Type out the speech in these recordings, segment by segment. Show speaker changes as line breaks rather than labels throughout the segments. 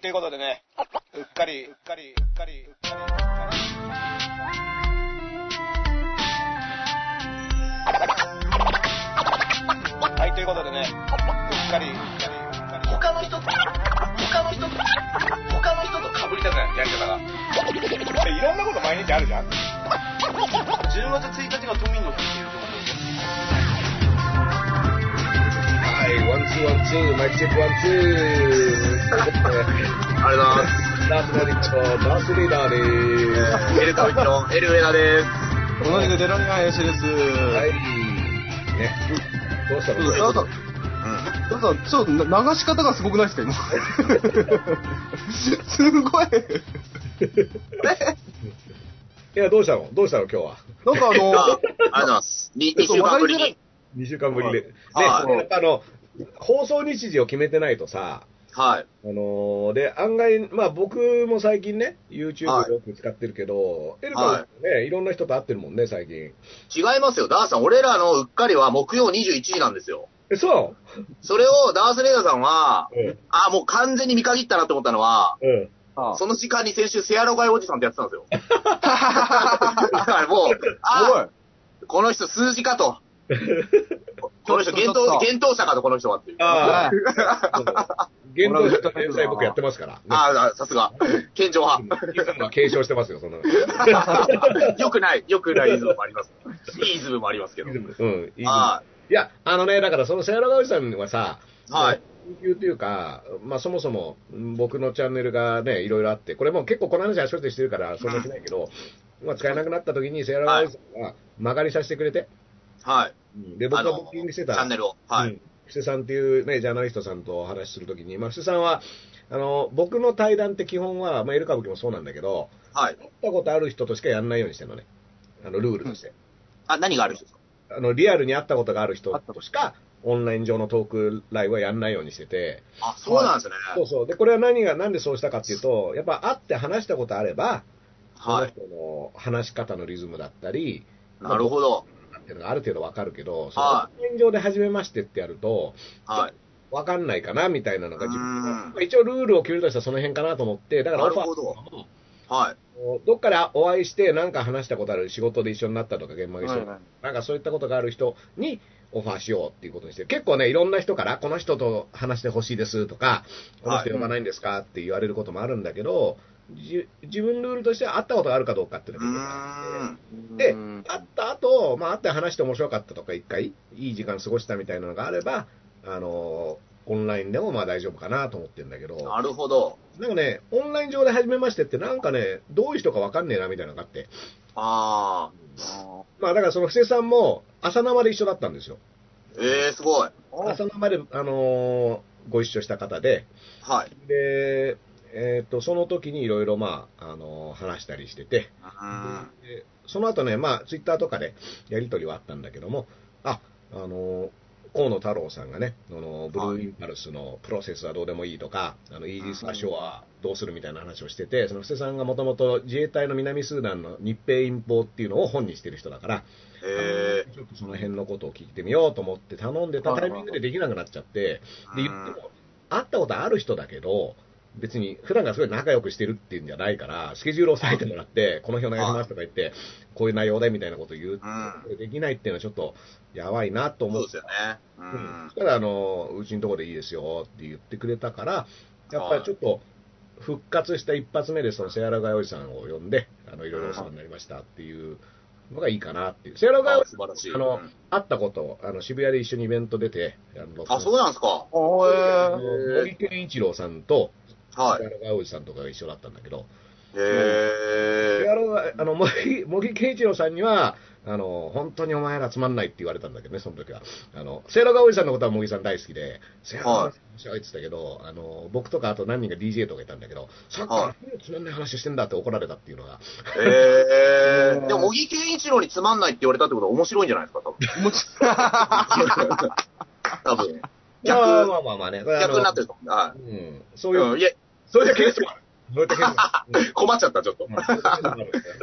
ということでね、うっかり、うっかり、うっかり、うっかり、うっかり。はい、ということでね、うっかり、うっかり、うっかり。
他の人と、他の人と、他の人と被りたくない、やり方が。
いろんなこと毎日あるじゃん。
10月1日が都民の日っていうところで。
はい、ワンツーワンツー、マイクチェックワンツ ー。あれだダースナリッチのダースリーダーでーす。エルカウイチのエルウェラでーす。
同じくデロリアン林です。
はい
は。
ね。どうした
ちょ
の
っと、ちょっと流し方がすごくないですか、今。すごい。
いや、どうしたのどうしたの今日は。
なんかあの、
あ、ありがとうございます。に
えっ
2
と
週間ぶりに。
2週間ぶりで。ね、
あ
やっぱあの、放送日時を決めてないとさ、
はい。
あのーで、案外、まあ僕も最近ね、YouTube
はい
よく使ってるけど、エルカウイチもね、いろんな人と会ってるもんね、最近。
違いますよ。ダースさん、俺らのうっかりは木曜21時なんですよ。
え、そ
それをダースレーダーさんは、
ううん。
あ、もう完全に見限ったなって思ったのは、
うん。
あ
その時間に先週、セアロガイおじさんってやってたんですよ。だからもう、あ、この人数字かと。この人、
ちょ
幻冬
っとちょっと
幻冬者かと、この人はっていう。
ああ、
す
現状で連載僕やってますから。ね
ああ、さすが。健常派。
イ ズムは継承して ますよ、 その。
よくない、よくないイズムもあります。いいイズムもありますけど。
うん、イズム
はい
や、あのね、だからそのセアラガおじさんはさ、
い。はい。
研究というか、まあそもそもうん僕のチャンネルがね、いろいろあって、これもう結構この話はしょってしてるから、そんなしないけど、まあ使えなくなった時にセアラガおじさんが曲がりさせてくれて、
はい。
うんで、僕がブッキングしてた、
チャンネルを。は
う
い。
ん布施さんっていうね、ジャーナリストさんとお話しするときに、まあ、布施さんは、あの、僕の対談って基本は、まあ、エル歌舞伎もそうなんだけど、
はい。
会ったことある人としかやんないようにしてるのね。あの、ルールとして。
あ、何があるんですか
あの、リアルに会ったことがある人としか、オンライン上のトークライブはやんないようにしてて、
あ、そうなんですね。
そうそう。で、これは何が、なんでそうしたかっていうと、やっぱ会って話したことあれば、
はい。
その人の話し方のリズムだったり、
なるほど。
っていうのがある程度わかるけど、その
は
オンライン上で初めましてってやると、
はい。
わかんないかなみたいなのが自分で
うん
まあ一応ルールを決めるとしたらその辺かなと思って、だから
な
オ
る
ファー
ほど。はい。
どっからお会いして、なんか話したことある、仕事で一緒になったとか、現場で一緒になったとかなんかそういったことがある人にオファーしようっていうことにして、結構ね、いろんな人から、この人と話してほしいですとか、この人呼ばないんですかって言われることもあるんだけど、じ自分ルールとして会ったことがあるかどうかっていう
う
の
ー
が結構あって
ん。
で会った後、まあ会って話して面白かったとか、一回、いい時間過ごしたみたいなのがあれば、あのーオンラインでもまあ大丈夫かなと思ってるんだけど、
なるほど。
なんかね、オンライン上で始めましてって、なんかね、どういう人かわかんねえなみたいなのがあって、
あ
まあだからその布施さんも、朝生で一緒だったんですよ。
ー。えー、すごい。
朝生で、あのーご一緒した方で、
はい。
で、えっ、と、その時にいろいろ、まあ、あのー話したりしてて、
うーん
でその後ね、まあ、ツイッターとかでやり取りはあったんだけども、あ、あのー河野太郎さんがね、あのーブルーインパルスのプロセスはどうでもいいとか、あのイージス・アショアはどうするみたいな話をしてて、その布施さんがもともと自衛隊の南スーダンの日兵陰謀っていうのを本にしてる人だから、
え
ちょっとその辺のことを聞いてみようと思って頼んでたタイミングでできなくなっちゃって、
ー。
で、言っても、会ったことある人だけど、別に普段からすごい仲良くしてるっていうんじゃないから、スケジュールを押さえてもらって、この日お願いしますとか言って、こういう内容でみたいなことを言う
う、ん。
できないっていうのはちょっとやばいなと
そ
思
う
って、
ですよね。う
うん
ん
そ。したらあの、うちのところでいいですよって言ってくれたから、やっぱりちょっと復活した一発目で、そのセアラガイおじさんを呼んで、あのいろいろお世話になりましたっていうのがいいかなっていう。セアラガイ
あ
おじ
素晴らしい。
あの
うん
会ったこと、あの渋谷で一緒にイベント出て、あの
あ、そうなんですか。
あの茂木健一郎さんと、
はい。
北川おじさんとかが一緒だったんだけど、
え
北川あの茂木茂木健一郎さんにはあの、本当にお前らつまんないって言われたんだけどね、その時は。あの、セイラガおじさんのことは茂木さん大好きで、セイラガおじさん面白いって言ってたけど、あの、僕とかあと何人か DJ とかいたんだけど、さっきからつまんない話してんだって怒られたっていうのが、
ー。えー。でも、小木健一郎につまんないって言われたってことは面白いんじゃないですか、多分。多分。逆
まあまあまあまあね、これあの
逆になってると思う。は
うん、そう
い。
いう、
うん、いや、
そういうケースもある。そういったケースもある。 うん
困っちゃった、ちょっと。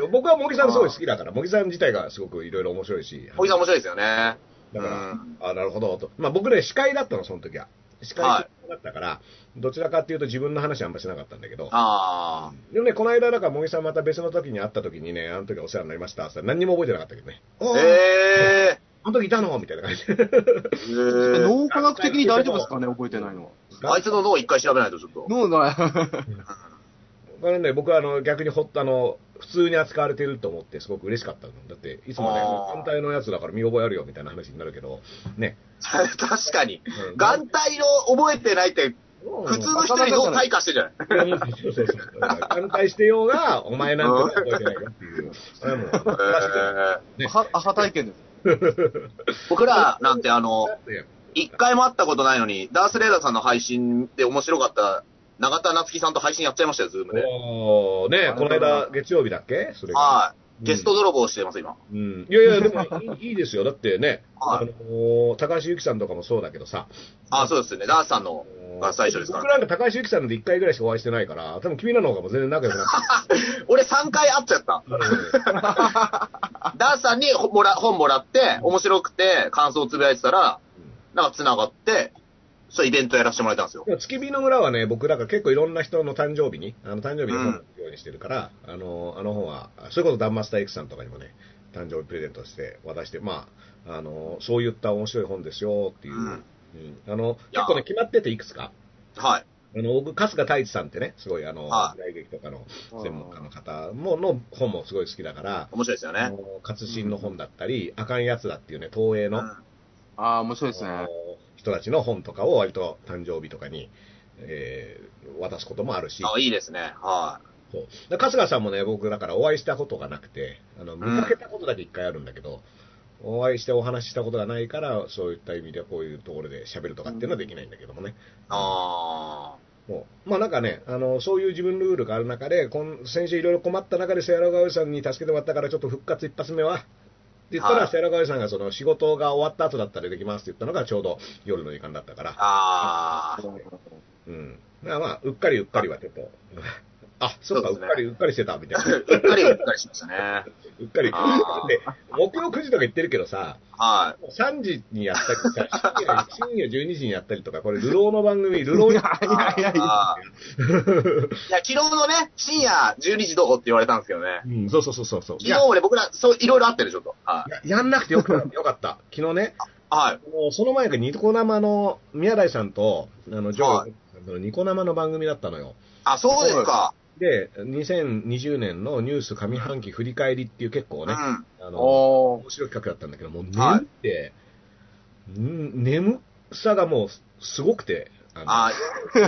僕は茂木さんすごい好きだから、茂木さん自体がすごくいろいろ面白いし、
小木さん面白いですよね。
だか
う
ら
ん、
あなるほどと、まあ、僕ね、司会だったの、その時は。司会、
はい
だったから、どちらかっていうと自分の話はあんましなかったんだけど、
ああ。
でもね、この間、だから、茂木さんまた別の時に会った時にね、あの時はお世話になりましたって言ったら何にも覚えてなかったけどね。おー
え
あの時いたのみたいな感じで。
え
脳科学的に大丈夫ですかね、覚えてないのは。
あいつの脳一回調べないと、ちょっと。
脳が、
これね、僕はあの逆にほあの普通に扱われてると思って、すごく嬉しかったの。だって、いつもね
あ、ー
反対のやつだから見覚えあるよみたいな話になるけ ど、ね。
確かに。
うん
眼帯の覚えてないって、
うん
普通の人に脳退化してるじゃない。
そうそうそう。反対してようが、お前なんて覚えてないよって いう。それはもう、正しくない
えー
はアハ体験です。
僕らなんてあの
だ、って
一回も会ったことないのに、ダースレーダーさんの配信で面白かった、永田夏樹さんと配信やっちゃいましたよ、ズームで。
おーねこの間、月曜日だっけそれが。
はい。
うん
ゲスト泥棒してます、今。
うん。いやいや、でもいい いいですよ。だってね、
は
あ
い
のー高橋由紀さんとかもそうだけどさ、
あ、そうですね。ダースさんのが最初ですか
僕
ら。
なんか高橋由紀さんので1回ぐらいしかお会いしてないから、多分君らの方がもう全然仲良くなって
俺3回会っちゃった。
る。
ダースさんにほもら本もらって、面白くて感想をつぶやいてたら、なんか繋がって、そうイベントやらせてもらえたんですよ。
でも月見の村はね、僕だから結構いろんな人の誕生日に、あの誕生日に
うん
本を書くようにしてるから、あの、あの本は、それこそダンマスターエクさんとかにもね、誕生日プレゼントして渡して、まあ、あの、そういった面白い本ですよっていう。
うん
うんあの、
いや
結構ね、決まってていくつか。
はい。
あの、僕、春日太一さんってね、すごいあの、
は
時代劇とかの専門家の方も、の本もすごい好きだから、
面白いですよ
あ
ね。
の活心の本だったり、あかんやつだっていうね、東映
う
の、
ん
ああ、面白いです
あの
ね。
人たちの本とかを割と誕生日とかに、えー渡すこともあるし、
あ、いいですね。は
そうだから春日さんもね、僕、だからお会いしたことがなくて、あの見かけたことだけ一回あるんだけど、お会いしてお話ししたことがないから、そういった意味でこういうところで喋るとかっていうのはできないんだけどもね。
い。あ
もうまあなんかね、あのそういう自分ルールがある中で、こん先週いろいろ困った中で、セアラガオイさんに助けてもらったから、ちょっと復活一発目は。って言った
は
ら、
い
セアラガオイさんがその仕事が終わった後だったらできますって言ったのが、ちょうど夜の時間だったから
あ。、ああ。
うん。まあまあ、うっかりうっかりはちょっと、あ、そうか、う
そう
っ
ですね
かりうっかりしてたみたいな。
うっかりうっかりしましたね。
うっかり。
あー
で、木曜9時とか言ってるけどさ、
はい。
3時にやったりさ、深夜深夜12時にやったりとか、これ、流浪の番組、流浪 に。
いやいやいや。
あーいや、昨日のね、深夜12時どうって言われたんですけどね。
うん、そうそうそうそうそう。い
昨
や
日、俺僕ら、そう、いろいろあってる、ちょっと。は い。
ややんなくてよか った。よかった。昨日ね、
はい。
あのその前がニコ生の宮台さんと、あの、ジョー
は
あのニコ生の番組だったのよ。
あ、そうですか。
で、2020年のニュース上半期振り返りっていう結構
う
ね、
ん。
あの、
おー
面白い企画だったんだけど、もう
は
眠って、ん眠さがもうすすごくて、あの
あー、
え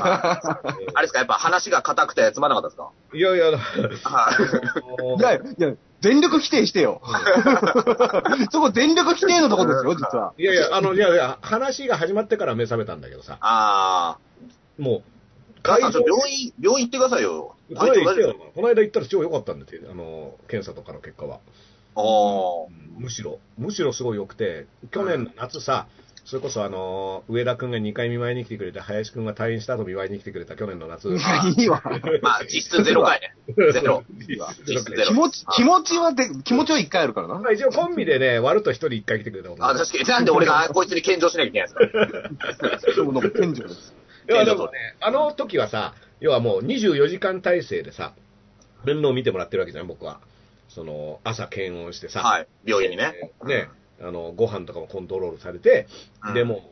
あれですか、やっぱ話が硬くてつまんなかった
ー
で
いやいや、
すか。 はい。
いやいや、全力否定し てよ。そこ全力否定のとこですよ、実は。
いやいや、あの、いやいや、話が始まってから目覚めたんだけどさ、
ああ。
もう、
母さん、ちょっと
こ
病院、病院行ってくださいよ。
の間行
大
った
丈夫
よこの間行ったら超良かったんだって、あの、検査とかの結果は。
おー。
むしろ、むしろすごい良くて、去年の夏さ、それこそあの、上田くんが2回見舞いに来てくれて、林くんが退院した後見舞いに来てくれた去年の夏。
いや、いいわ。
まあ、実質ゼロ回ね。ゼロ。実質ゼロ
気。持ち、気持ちはで、気持ちは一回あるからな
ま。あ一応コンビでね、割ると一人一回来てくれたもんね
あ、確かに。なんで俺がこいつに献上しなきゃいけないんですか。
そうなんか天井です。
いや、でもね、あの時はさ、要はもう24時間体制でさ、面倒を見てもらってるわけじゃん、僕は。その、朝検温してさ、
はい。病院にね。
ね、あの、ご飯とかもコントロールされて、
うん
でも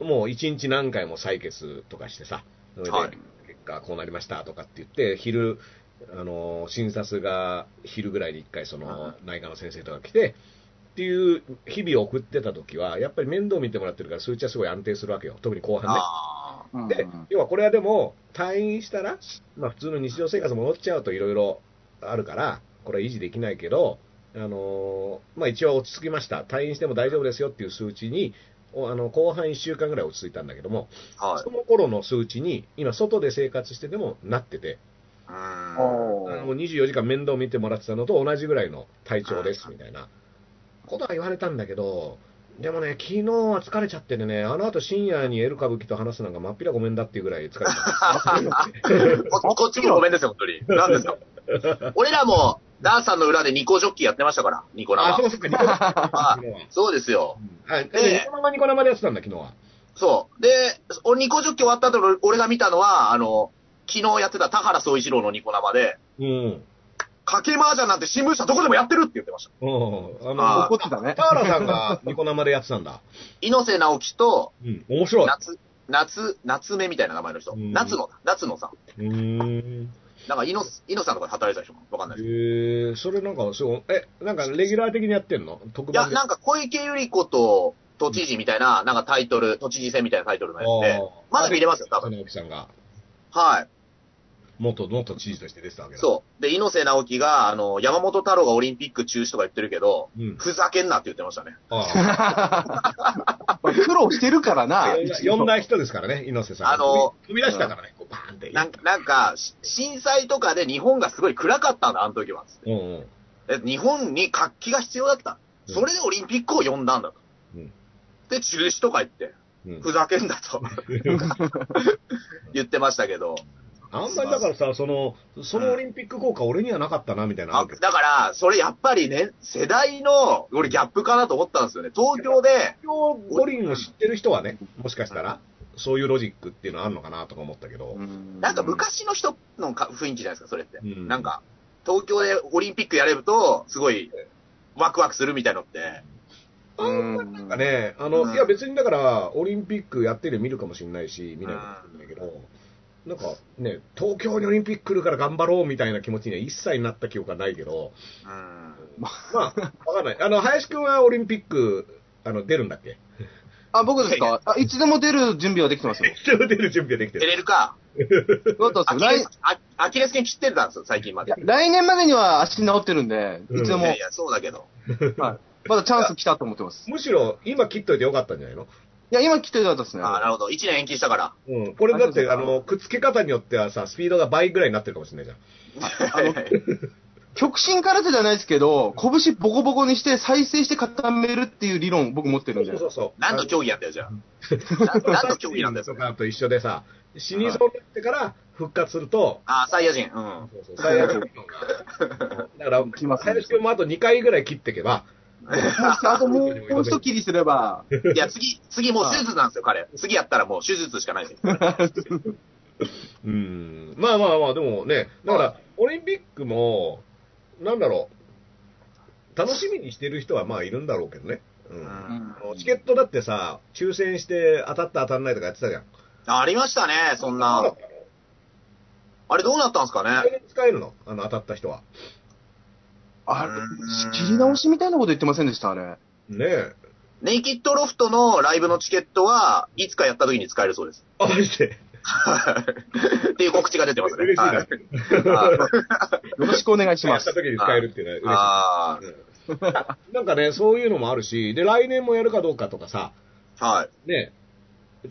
う、もう一日何回も採血とかしてさ、それで
はい
結果こうなりましたとかって言って、昼、あの、診察が昼ぐらいに一回その、内科の先生とか来て、っていう日々を送ってた時は、やっぱり面倒見てもらってるから数値はすごい安定するわけよ。特に後半ね。
あ
うん
で、要はこれはでも、退院したら、まあ、普通の日常生活戻っちゃうといろいろあるから、これは維持できないけど、あのーまあ、一応落ち着きました、退院しても大丈夫ですよっていう数値に、おあの後半1週間ぐらい落ち着いたんだけども、
あ。はい
そ。の頃の数値に、今、外で生活しててもなってて、
うーん。
あの
お
もう24時間面倒見てもらってたのと同じぐらいの体調ですみたいなことは言われたんだけど、でもね、昨日は疲れちゃっててね、あの後深夜にエル歌舞伎と話すのがまっぴらごめんだっていうぐらい疲れた。
こ こっちもごめんですよ、本当に。な んですか。俺らも、ダーさんの裏でニコジョッキーやってましたから、ニコ
あ、
生
そう。そうか、ニコ生。
あそうですよ。
はい。
ええ
え、ニコ生ニコ生でやってたんだ、昨日は。
そう。で、おニコジョッキ終わった後の俺が見たのは、あの、昨日やってた田原総一郎のニコ生で、
うん。
かけ麻雀なんて新聞社どこでもやってるって言ってました。
うん。あの、
あ
怒ってたね
田。原さん がニコ生でやってたんだ。
猪瀬直樹と、
うん。面白い。
夏、夏、夏目みたいな名前の人。
うん
夏野、夏野さん。
うーん。
なんか猪瀬、猪瀬さんとかで働いてた人かわかんないです
えー、それなんか、そう、え、なんかレギュラー的にやってんの特
いや、
番で。
なんか小池百合子と都知事みたいな、なんかタイトル、都知事選みたいなタイトルのやつで、
あー
まだ見れますよ、多分。
直樹さんが、
はい。
元、元知事として出てたわけだ。
そう。で、猪瀬直樹が、あの、山本太郎がオリンピック中止とか言ってるけど、
う。うん。
ふざけんなって言ってましたね。
あ
苦労してるから
あ
な。
呼んだ人ですからね、猪瀬さん。
あの、
飛び出したからね、こう、バーンって。
なんか、なんか、し震災とかで日本がすごい暗かったんだ、あの時は。
うんうん。
で日本に活気が必要だった。
うん
それでオリンピックを呼んだんだと。
うん
で、中止とか言って、
うん
ふざけんだと 言ってましたけど。
あんまりだからさ、その、そのオリンピック効果、俺にはなかったな、みたいなのあ
あ
るけど。
だから、それやっぱりね、世代の、俺ギャップかなと思ったんですよね。東京で、
東京五輪を知ってる人はね、もしかしたら、そういうロジックっていうのはあるのかなとか思ったけど、
なんか昔の人のか雰囲気じゃないですか、それって。
うん
なんか、東京でオリンピックやれると、すごい、ワクワクするみたいのって。
あんまりなんかね、あ
う
の、
ん
いや別にだから、オリンピックやってる見るかもしれないし、見ないかもしれないけど、なんかね、東京にオリンピック来るから頑張ろうみたいな気持ちには一切なった記憶はないけど、
うん。
まあ、わかんない。あの、林くんはオリンピック、あの、出るんだっけ
あ、僕ですかあいつでも出る準備はできてますよ。
出る準備はできて
出
る。
れるか。
そうだった
ア
ん
キ
です
レ
よ
スあアキレス腱切ってたんですよ、最近ま
来い
で
や。来年までには足治ってるんで、いつで
い
も、
やいや、そうだけど。
はいまだチャンス来たと思ってます。
むしろ、今切っといてよかったんじゃないの
いや、今来てよかったですね。
ああ、なるほど。1年延期した から。
うん。これだって、
あ
あ
そうそう
の、くっつけ方によってはさ、スピードが倍ぐらいになってるかもしれないじゃん。
極真空手じゃないですけど、拳ボコボコにして再生して固めるっていう理論僕持ってるんで。
そうそうそう。
何の競技なんだ よ、じゃあ。な何の競技なんだよ、そ
と
れ。
かと一緒でさ、死にそうになってから復活すると、
ああ、サイヤ人。うん。
そうそう最悪のがだから、
来ますね
林君もあと2回ぐらい切っていけば、
あともう、もう一切りすれば、
いや、次、次もう手術なんですよ、彼。次やったらもう手術しかないですよ。
うん、まあまあまあ、でもね、だから、オリンピックも、なんだろう、楽しみにしてる人はまあいるんだろうけどね。うん
うん
あのチケットだってさ、抽選して当たった当たらないとかやってたじゃん。
ありましたね、そんな。あれどうなったんですか
来
ね
年使えるのあの当たった人は。
あれ
うん、
仕切り直しみたいなこと言ってませんでした、あれ。
ねえ。
ネイキッドロフトのライブのチケットはいつかやった時に使えるそ うです。
あ、マジで。
っていう告知が出てますね。
嬉しいな。
ははい
よろしくお願いし
や
ま
っ
す
た。時に使えるっていうのは
あ
嬉しい。うんなんかね、そういうのもあるし、で、来年もやるかどうかとかさ、
あ、はい。
ね、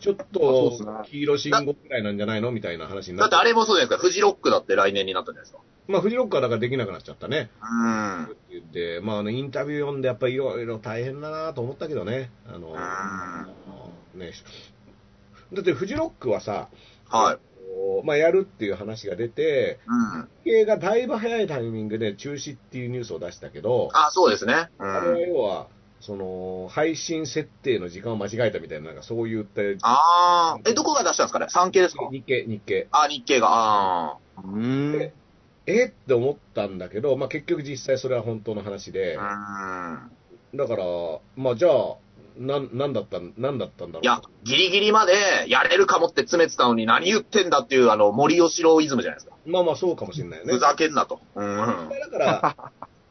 ちょっ
あそうっす
と
ね
黄色信号くらいなんじゃないのみたいな話に
だ
なっ
って
て、
あれもそうじゃないですか。フジロックだって来年になったじゃないですか。
まあ、フジロックはだからできなくなっちゃったね。
うん。
で、まあ、あのインタビュー読んで、やっぱりいろいろ大変だなと思ったけどね、あの、ね、だってフジロックはさ、
はい。
こうまあ、やるっていう話が出て、
うん。
経営がだいぶ早いタイミングで中止っていうニュースを出したけど、
あ、そうですね。う
あれは
ん。
要は、その、配信設定の時間を間違えたみたいな、なんかそういった、
ああ。え、どこが出したんですかね産経ですか
日経、日経。
あ、日経が。あ
うーん。
えって思ったんだけど、まあ、結局実際それは本当の話で、
あ。うん。
だから、まあ、じゃあ、なん、なんだったん、なんだったんだろう。
いや、ギリギリまでやれるかもって詰めてたのに何言ってんだっていう、あの、森吉郎イズムじゃないですか。
まあまあ、そうかもしれないよね。
ふざけんなと。うん。
だから、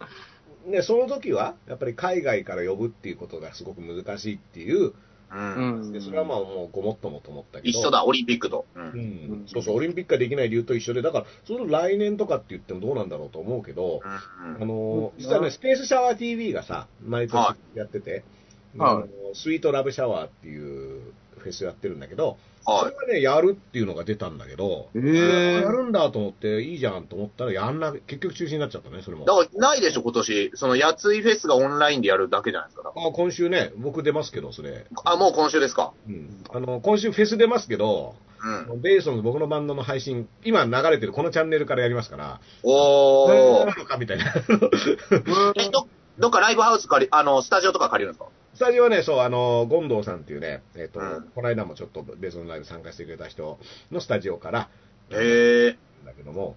ね、その時は、やっぱり海外から呼ぶっていうことがすごく難しいっていう、
う。
うんん
でそれはまあ、もうごもっともと思ったけど。
一緒だ、オリンピックと。う。
うんん。そうそう、オリンピックができない理由と一緒で、だから、その来年とかって言ってもどうなんだろうと思うけど、あのー実はね、スペースシャワー TV がさ、毎年やってて、
はい
あのースイートラブシャワーっていうフェスやってるんだけど、そ
は
れがね、やるっていうのが出たんだけど、
え
や
え
るんだと思って、いいじゃんと思ったら、やんな、結局中止になっちゃったね、それも
い。。だから、ないでしょ、今年。その、やついフェスがオンラインでやるだけじゃないですか。
あ今週ね、僕出ますけど、それ。
あ、もう今週ですか。
うん。あの、今週フェス出ますけど、
うん。
ベーソンズ僕のバンドの配信、今流れてるこのチャンネルからやりますから、
お
な
ー。
のかみたいな。
え、ど、どっかライブハウス借り、あの、スタジオとか借りるんですか
スタジオはね、そう、あの、ゴンドウさんっていうね、えっ、と、
うん
この間もちょっと別のライブ参加してくれた人のスタジオから、
へえ。
だけども、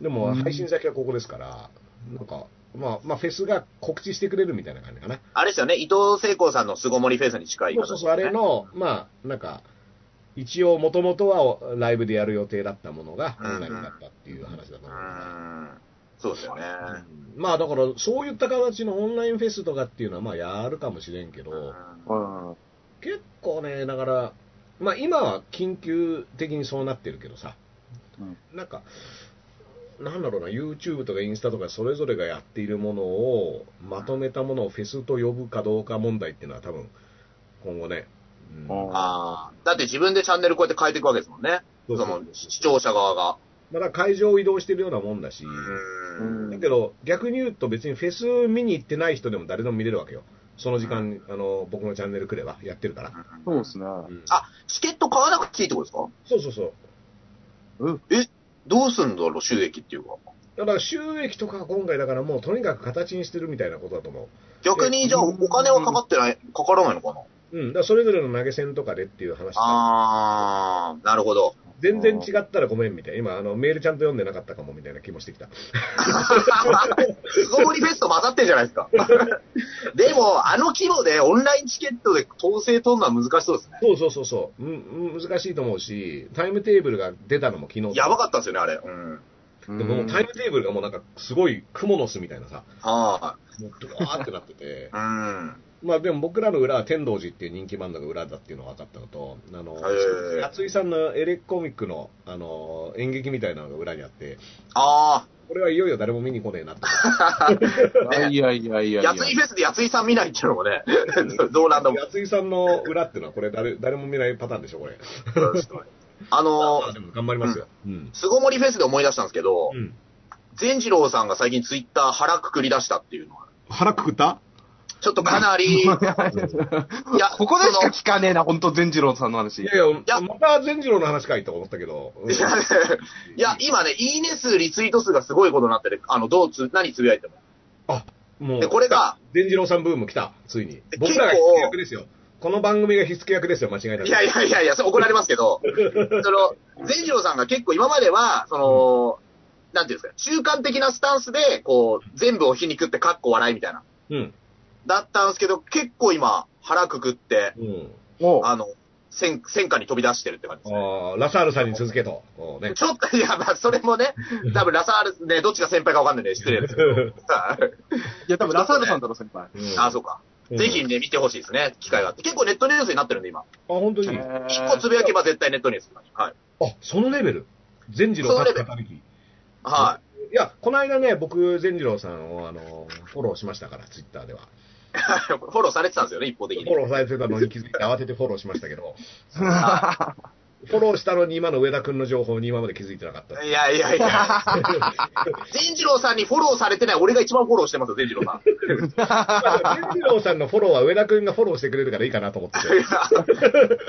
でも配信先はここですから、なんか、まあ、まあ、フェスが告知してくれるみたいな感じかな。
あれですよね、伊藤聖光さんの凄盛フェイスに近い
そ
方
う
です
そう
ね
そう、あれの、まあ、なんか、一応、もともとはライブでやる予定だったものが、
うんうん
オンラインだったっていう話だと思
う
うから
ーん。そうですよね。
うんまあ、だから、そういった形のオンラインフェスとかっていうのは、まあ、やるかもしれんけど、
う
うん。
結構ね、だから、まあ、今は緊急的にそうなってるけどさ、
う
なんか、なんだろうな、YouTube とかインスタとか、それぞれがやっているものを、まとめたものをフェスと呼ぶかどうか問題っていうのは、多分今後ね、うん
んああ。だって自分でチャンネルこうやって変えていくわけですもんね。
そ
そう
そう
の視聴者側が。
まだ会場を移動してるようなもんだし、
う
うん
だけど、逆に言うと、別にフェス見に行ってない人でも誰でも見れるわけよ、その時間、あの僕のチャンネル来れば、やってるから。
そうですね。
うん
あチケット買わなくていいってことですか
そうそうそう
うん。
どうすんだろう、収益っていうか。
だから収益とかは今回だからもうとにかく形にしてるみたいなことだと思う。
逆に、じゃあ、お金はかかってない、かからないのかな
うん、だからそれぞれの投げ銭とかでっていう話
ああ、なるほど。
全然違ったらごめんみたいな、今あの、メールちゃんと読んでなかったかもみたいな気もしてきた。
巣ごもりフェスと混ざってんじゃないです か。でも、あの規模でオンラインチケットで統制取るのは難しそうですね。
そうそうそうそう、うんうん、難しいと思うし、タイムテーブルが出たのも昨日
やばかったですよね、あれ。うん。
でももうタイムテーブルがもうなんかすごい蜘蛛の巣みたいなさ、
は
もうドワーってなってて
い、、うん。
まあでも僕らの裏は天童寺っていう人気バンドが裏だっていうのが分かったのと、あの、
へー
厚井さんのエレコミックのあの演劇みたいなのが裏にあって、
あ
これはいよいよ誰も見に来ねえなって思って。
いやいやい
あ、
やいや。
やついフェスでやついさん見ないっていうのもね、 どうなんだもん。
安井さんの裏っていうのは、これ誰、誰も見ないパターンでしょ、これ。
あの
まあ、、でも頑張りますよ。うん。
巣ごもりフェスで思い出したんですけど、
うん、
善次郎さんが最近ツイッター腹くくり出したっていうのは、
腹くくった
ちょっとかな り、いや、
ここでし
そ
か
の
聞かねえな、本当善次郎さんの話。
いやいや、
や
また善次郎の話かいと思ったけど。うん
いやね、いや、今ね、いいね数、リツイート数がすごいことになってて、あの、どうつ、何つぶやいても。
あ、もう。
で、これが、
善次郎さんブーム来た、ついに
で。
僕らが火
結構
付け役ですよ。この番組が火付け役ですよ、間違いなく。
いやいやいやいや、それ怒られます けど、その、善次郎さんが結構今までは、その、なんていうんですか、中間的なスタンスで、こう、全部を皮肉って、かっこ笑いみたいな、
うん。
だったんですけど、結構今、腹くくって、
うん。
おう
あの、戦、戦火に飛び出してるって感じですね。
あーラサールさんに続けと。おーね。
ちょっと、いや、まあ、それもね、多分ラサール、ね、どっちが先輩かわかんないんで、失礼 ですけど。はい
いや、多分ラサールさんだろ、先輩。
うん
あ、そうか。
うん
ぜひね、見てほしいですね、機会があって。結構ネットニュースになってるんで、今。
あ、本当に。あ、
一個つぶやけば絶対ネットニュースになる。はい。
そのレベル。善次郎さん
その
た
レ
い
はい
や、この間ね、僕、善次郎さんを、あの、フォローしましたから、ツイッターでは。
い。 フォローされてたんですよね、一方的
フォ
に。
ローされてたのに気づいて慌ててフォローしましたけ ど、フォローしたのに今の上田君の情報に今まで気づいてなかった。
いやいや いや。善次郎さんにフォローされてない、俺が一番フォローしてますよ、善次郎さ ん。
まあ善次郎さんのフォローは上田君がフォローしてくれるからいいかなと思 ってて。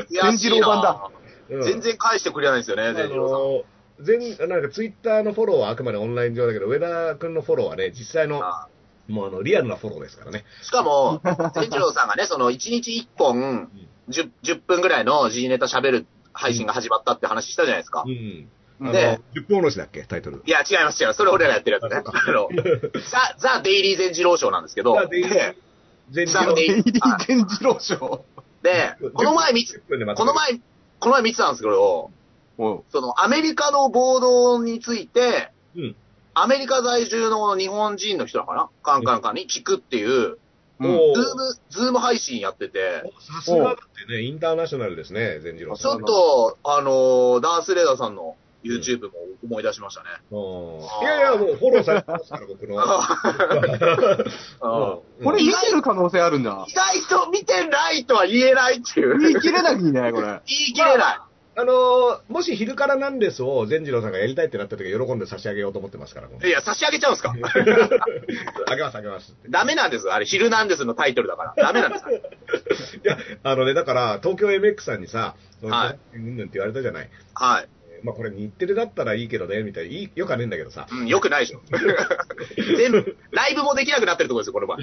いや
善次郎版だ。
うん
全然返してくれないんですよね、
あ
善次郎さん。
の全なんかツイッターのフォローはあくまでオンライン上だけど、上田君のフォローはね、実際の、
あ
もうあのリアルなフォローですからね。
しか も、善次郎さんがね、その1日1本10、10分ぐらいの G ネタ喋る配信が始まったって話したじゃないですか
う。ん。あの、
で
10分おろしだっけ、タイトル。
いや、違います、違います。それ俺らやってる やつね。あの、ザ・ザ・デイリー善次郎賞なんですけど、
ザデイリー
で
全
ザデイリ
エ
ー
イリー善次郎賞。
で、この前見つ、
分でまと
こ
め
の
る
前、この前見てたんですけど、
おう
そのアメリカの暴動について、
うん
アメリカ在住の日本人の人だかなカンカンカンに聞くっていう、
お
ズーム、ズーム配信やってて、
さすがだってね、インターナショナルですね、善次郎
ち
さ
ょ
ん
っ。と、あのー、ダースレーダーさんの YouTube も思い出しましたね。
うんいやいや、もうフォローされてますから、僕の。 うん
あ
これ見てる可能性あるんだ
ー。意外と見てないとは言えないっていう。
言い切れなきゃいいね、これ。
言い切れない。
あのーもし昼からなんですを善次郎さんがやりたいってなった時は喜んで差し上げようと思ってますから、 もう
いや、差し上げちゃうんですか
あげます、あげますって。
ダメなんです。あれ、ヒルナンデスのタイトルだから。ダメなんです。
いや、あのね、だから、東京 MX さんにさ、
は
うんぬんって言われたじゃない。
はい。
えーまあ、これ日テレだったらいいけどね、みたいな、いいよくはねえんだけどさ。
うん、よくないでしょ。全部、ライブもできなくなってるところですよ、この場合。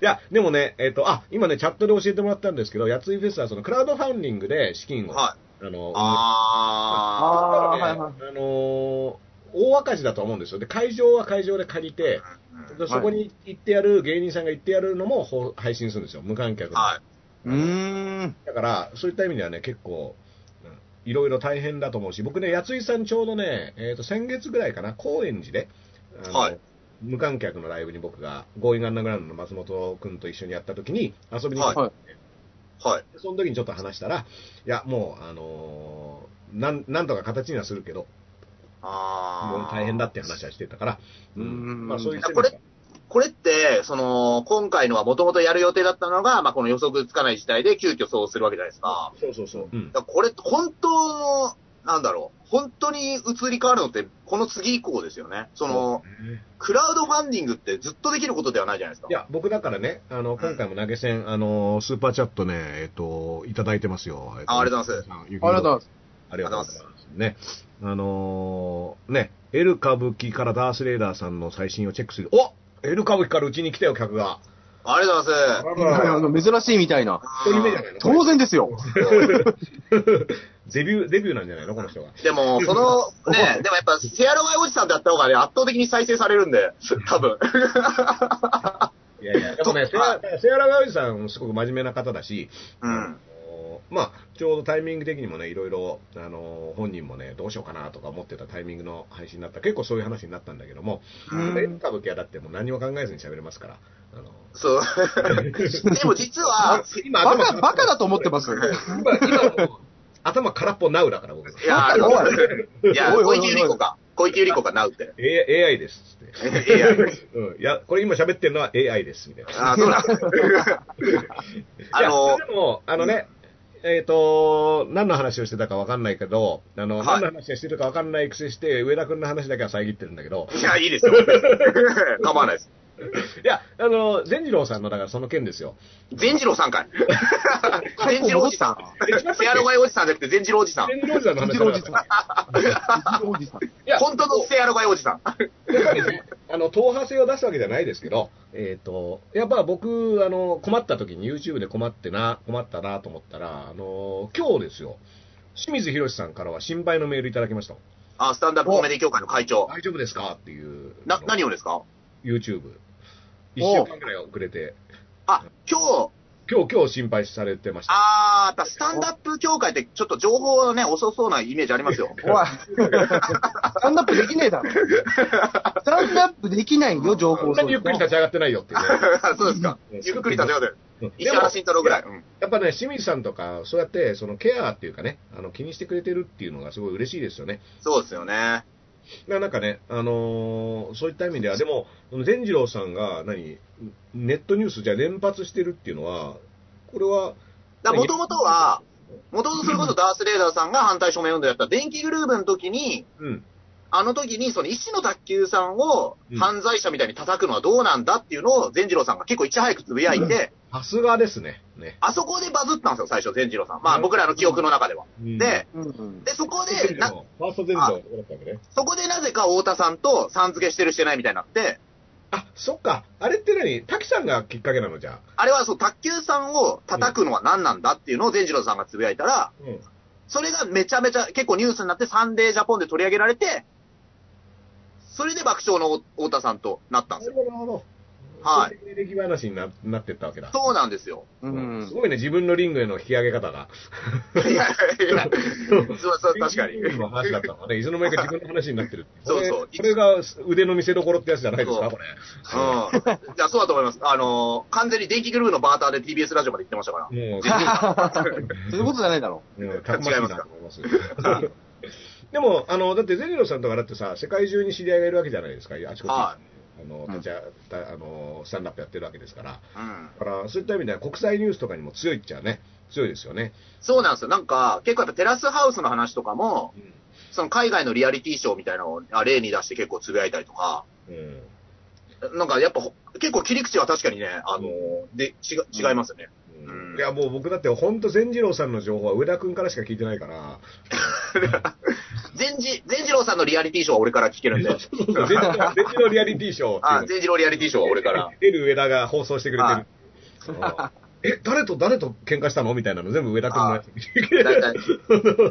いや、でもね、えっ、と、あ、今ね、チャットで教えてもらったんですけど、やついフェスは、その、クラウドファンディングで資金を、
は
あの、
あ
だからね
あーはいはい
あのー大赤字だと思うんですよ。で、会場は会場で借りて、
ー
でそこに行ってやる、芸人さんが行ってやるのもほ配信するんですよ。無観客で。
は
うーん。
だから、そういった意味ではね、結構、うんいろいろ大変だと思うし、僕ね、やついさんちょうどね、えー、と先月ぐらいかな、高円寺で、あの
はい
無観客のライブに僕が、ゴーイングアンダーグラウンドの松本君と一緒にやった時に遊びに来て、
はい
い。はい。
その時にちょっと話したら、いや、もう、あのーなん、なんとか形にはするけど、も
あ
う
あ。
大変だって話はしてたから、
うーん
まあそういう
これこれって、その、今回のはもともとやる予定だったのが、まあ、この予測つかない事態で急遽そうするわけじゃないですか。
そうそうそう。うん。
だからこれ、本当の、なんだろう、本当に移り変わるのって、この次以降ですよね。その、クラウドファンディングってずっとできることではないじゃないですか。
いや、僕だからね、あの、今回も投げ銭、あの、スーパーチャットね、えっと、いただいてますよ。
あありがとうござ
います。ゆき
あ
み
りがとうござい
ど
ます。
ありがとうございます。ね。あのーね、エル歌舞伎からダースレーダーさんの最新をチェックする。おエル歌舞伎からうちに来たよ、客が。
ありがとうございます。
あの珍しいみたいな。
一人目じゃないのこれ
当然ですよ。
デビュー、デビューなんじゃないのこの人が。
でも、その、ね、でもやっぱ、セアロガイおじさんだった方がね、圧倒的に再生されるんで、多分。
いやいや、でもね、セアセアラガウジさん、すごく真面目な方だし、
うん。
まあ、ちょうどタイミング的にもね、いろいろ、あのー本人もね、どうしようかなとか思ってたタイミングの配信だった。結構そういう話になったんだけども、
うん
演歌舞伎はだってもう何も考えずに喋れますから。あ の
そう。 でも実は、
今
バ
頭
カ、バカだと思ってます。
今今もう頭空っぽナウだから僕。
いや、ありがとうございますいや、
おいお
小
いおいおい
池百合子か。小池百合子かなうって。
A- AI ですっつっ
いや、
て。うん。いや、これ今喋ってるのは AI ですみたいな。
あ、そうなんですねあ
いや
の
そ、れでも、あのね、えっ、と、何の話をしてたかわかんないけど、あの、
はい
何の話をしてるかわかんないくせして、上田君の話だけは遮ってるんだけど、
いや、いいですよ。構わないです。
いや、あの、善次郎さんの、だからその件ですよ。
善次郎さん かい。善次郎おじさん。セアロガイおじさんじゃなくて善次郎おじさん。
善次郎さんの話じゃなかった
おじさん。
いや
本当のセアロガイおじさん。
やっぱりね、 あの、党派性を出すわけじゃないですけど、えっ、と、やっぱ僕、あの、困った時に YouTube で困ってな、困ったなと思ったら、あの、今日ですよ、清水博さんからは心配のメールいただきました。
あ、スタンダップコメディ協会の会長。
大丈夫ですかっていう。
な
あ、の
何をですか
?YouTube。一週間ぐらい遅れて、
あ、今日、
今日、今日心配されてま した。
あー、やっぱスタンダップ協会ってちょっと情報のね、遅そうなイメージあり ますよ。
おい。スタンダップできねえだろ。スタンダップできないよ、情報
そんなにゆっくり立ち上がってないよっていうね。
そうですか。ゆっくり立てよう
うん
石原慎太郎ぐらい。うん
やっぱね、清水さんとか、そうやって、そのケアっていうかね、あの気にしてくれてるっていうのがすごい嬉しいですよね。
そうですよね。
だからなんかね、あのーそういった意味では、でも、善次郎さんが何、ネットニュースじゃ連発してるっていうのは、これは、
だもともとは、もともとそれこそダース・レーダーさんが反対署名運動やった電気グループの時に、
うん、
あの時にその石野卓球さんを
うん
犯罪者みたいに叩くのはどうなんだっていうのを善次郎さんが結構いち早くつぶやいて、
さすがですね。ね
あそこでバズったんですよ、最初、善次郎さん。ま
う
あ
ん
僕らの記憶の中では。で、
うん
で、そこ
善
で、
次郎
な、
のファースト善次郎のとこだったわけね。
そこでなぜか太田さんとさん付けしてるしてないみたいになって、
あ、そっか。あれって何滝さんがきっかけなのじゃあ。
あれはそう、卓球さんを叩くのは何なんだっていうのを善次郎さんがつぶやいたら、
うん。
それがめちゃめちゃ結構ニュースになってサンデージャポンで取り上げられて、それで爆笑の太田さんとなったん
な
です
るほ
よ。
ど、なるほど。
はい
そうう歴史話にななってったわけだ。
そうなんですよ。
う
す
ん。
ごいね、自分のリングへの引き上げ方が。
いやいやいや、そうそう、 確かに。
リングの話だったのね。いつの間にか自分の話になってる。
そうそう
これこれが腕の見せ所ってやつじゃないですか、
そ
これ。
うん。じゃあ、そうだと思います。あのー完全に電気グループのバーターで TBS ラジオまで行ってましたから。
もう、
そういうことじゃないだろ。
うんたくましいなと思います。 でも、あの、だって、ゼニロさんとかだってさ、世界中に知り合いがいるわけじゃないですか、あちこち。
は
あの、立ち上があの、スタンダップやってるわけですから。
うん。
だから、そういった意味では、国際ニュースとかにも強いっちゃね、強いですよね。
そうなんですよ。なんか、結構やっぱテラスハウスの話とかも、その海外のリアリティショーみたいなのをあ例に出して結構つぶやいたりとか、
うん。
なんかやっぱほ結構切り口は確かにね、あのーで、違、違いますよね。うん
いや、 もう僕だって、本当善次郎さんの情報は上田君からしか聞いてないから、
善次、善次郎さんのリアリティショーは俺から聞けるん で。
全然のリアリティショー
あ、
っていう
善次郎リアリティショーは俺から。
エル上田が放送してくれてる。うんえ、誰と誰と喧嘩したのみたいなの全部上田君のやつ。
大体。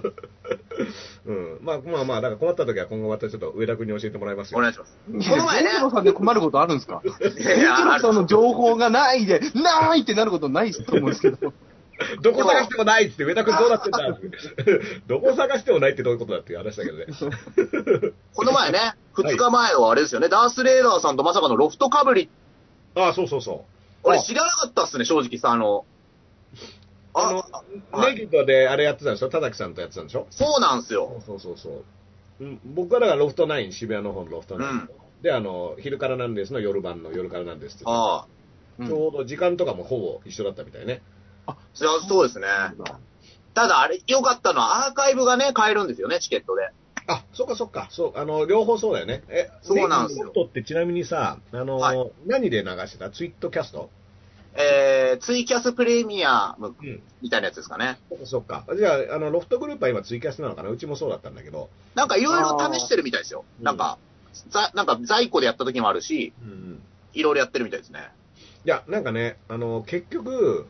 うん、まあまあまあ、だから困った時は今後またちょっと上田君に教えてもらいますよ。
お願いします。
こ
この前ね
さんで困ることあるんですか
い
ゼン
やい
ジ
や
ロ
あ
ーさんの
る
情報がないで、ないってなることないと思うんですけ ど。
どこ探してもないっつって、上田君どうなってん だってどこ探してもないってどういうことだっていう話だけどね。
この前ね、2日前はあれですよね、ダース・レーダーさんとまさかのロフトかぶり、
ああ、そうそうそう。
俺
あ
知らなかったっすね、正直さ、あの、
あ
あ、
の、
はい
レギュラーであれやってたんでしょ田崎さんとやってたんでしょ
そうなんす
そう
よ。
そうそうそう。うん、僕はだからロフトナイン、渋谷の方のロフトナイン。
うん
で、あの、昼からなんですの夜晩の夜からなんですって。
ああ。
ちょうど時間とかもほぼ一緒だったみたいね。
いやそうですね。ただ、あれ、良かったのはアーカイブがね、買えるんですよね、チケットで。
あ、そっかそっか。そう、あの、両方そうだよね。え、
そうなんですよ
レインボーキャストってちなみにさ、あの、
は
何で流してたツイットキャスト
えー、ツイキャスプレミアム
うん。
みたいなやつですかね。
そっかそっか。じゃあ、あの、ロフトグループは今ツイキャスなのかなうちもそうだったんだけど。
なんかいろいろ試してるみたいですよ。
あー
なんか、ざなんか在庫でやった時もあるし、
うん。
いろいろやってるみたいですね。
いや、なんかね、あの、結局、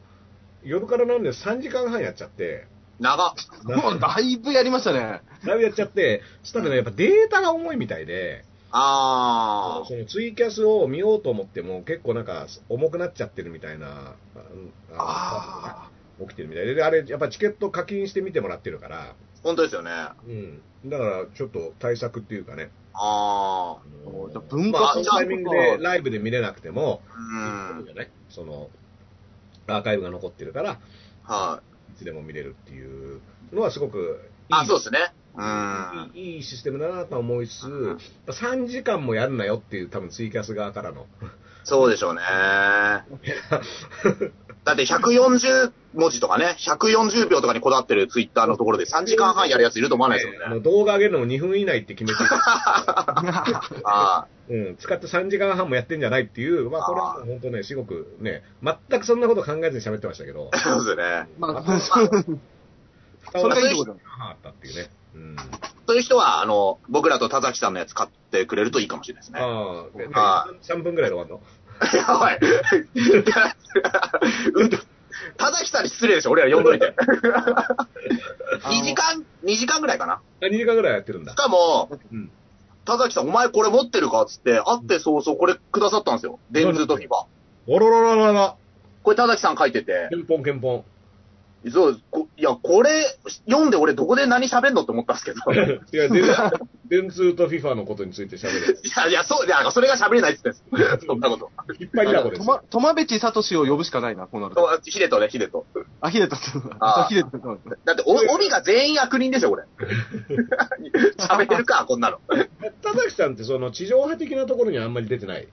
夜からなんで3時間半やっちゃって、
長っ。
もうだいぶやりましたね。
だいぶやっちゃって、したらね、やっぱデータが重いみたいで、
あ
そのツイキャスを見ようと思っても、結構なんか重くなっちゃってるみたいな、あうんあ
あ
の起きてるみたいで、であれ、やっぱチケット課金して見てもらってるから、
ー、本当ですよね。
うん、だからちょっと対策っていうかね、
あ
あ
あ。もう
の
じゃあ文
まあ、そ
化祭
の
とか
タイミングでライブで見れなくても、
ー、
いい
うん。
ことじゃないそのアーカイブが残ってるから、
はい
つでも見れるっていうのはすごくいい
あ、そうですね。うん。
いいいいシステムだなとは思いつつ、3時間もやるなよっていう、多分ツイキャス側からの。
そうでしょうね。だって140文字とかね、140秒とかにこだわってるツイッターのところで3時間半やるやついると思わないですよ
あ
ね。
の動画上げるのも2分以内って決めて、
あ
うん、使って3時間半もやってんじゃないっていう、まあ、これはもう本当ね、すごくね、全くそんなこと考えずに喋ってましたけど
あ、、 そうですね。
まあ、そうそれがいいとこだ。
あったっていうね。うん、
そういう人は、あの、僕らと田崎さんのやつ買ってくれるといいかもしれないですね。
ああ、で
あ
3分ぐらいで終わるの
やばい。うん田崎さんに失礼でしょ、俺ら読んど いて。2時間、2時間ぐらいかな。
あ ?2 時間ぐらいやってるんだ
し。かも、
うん
田崎さん、お前これ持ってるかっつって、会って早々これくださったんですよ。電通とフィバ。
おろろろろろ、
これ田崎さん書いてて
ケ、ンポンケンポン。
そう、こいや、これ、読んで俺どこで何喋んのって思ったんですけ ど。い
いや、電電通と FIFA のことについて喋る。
や、いや、そう、いや、それが喋れないっつってんです。 そんなこと。
いっぱいいたこです
と
よ。
ま、とまべちさとしを呼ぶしかないな、こうなると。
そうヒデとね、ヒデと。
あ、ひでたさん。
あー
あ、ひでたさん。
だ ってお、帯が全員悪人でしょ、こ れ。喋れるか、こんなの。
田崎さんってその地上波的なところにはあんまり出てない。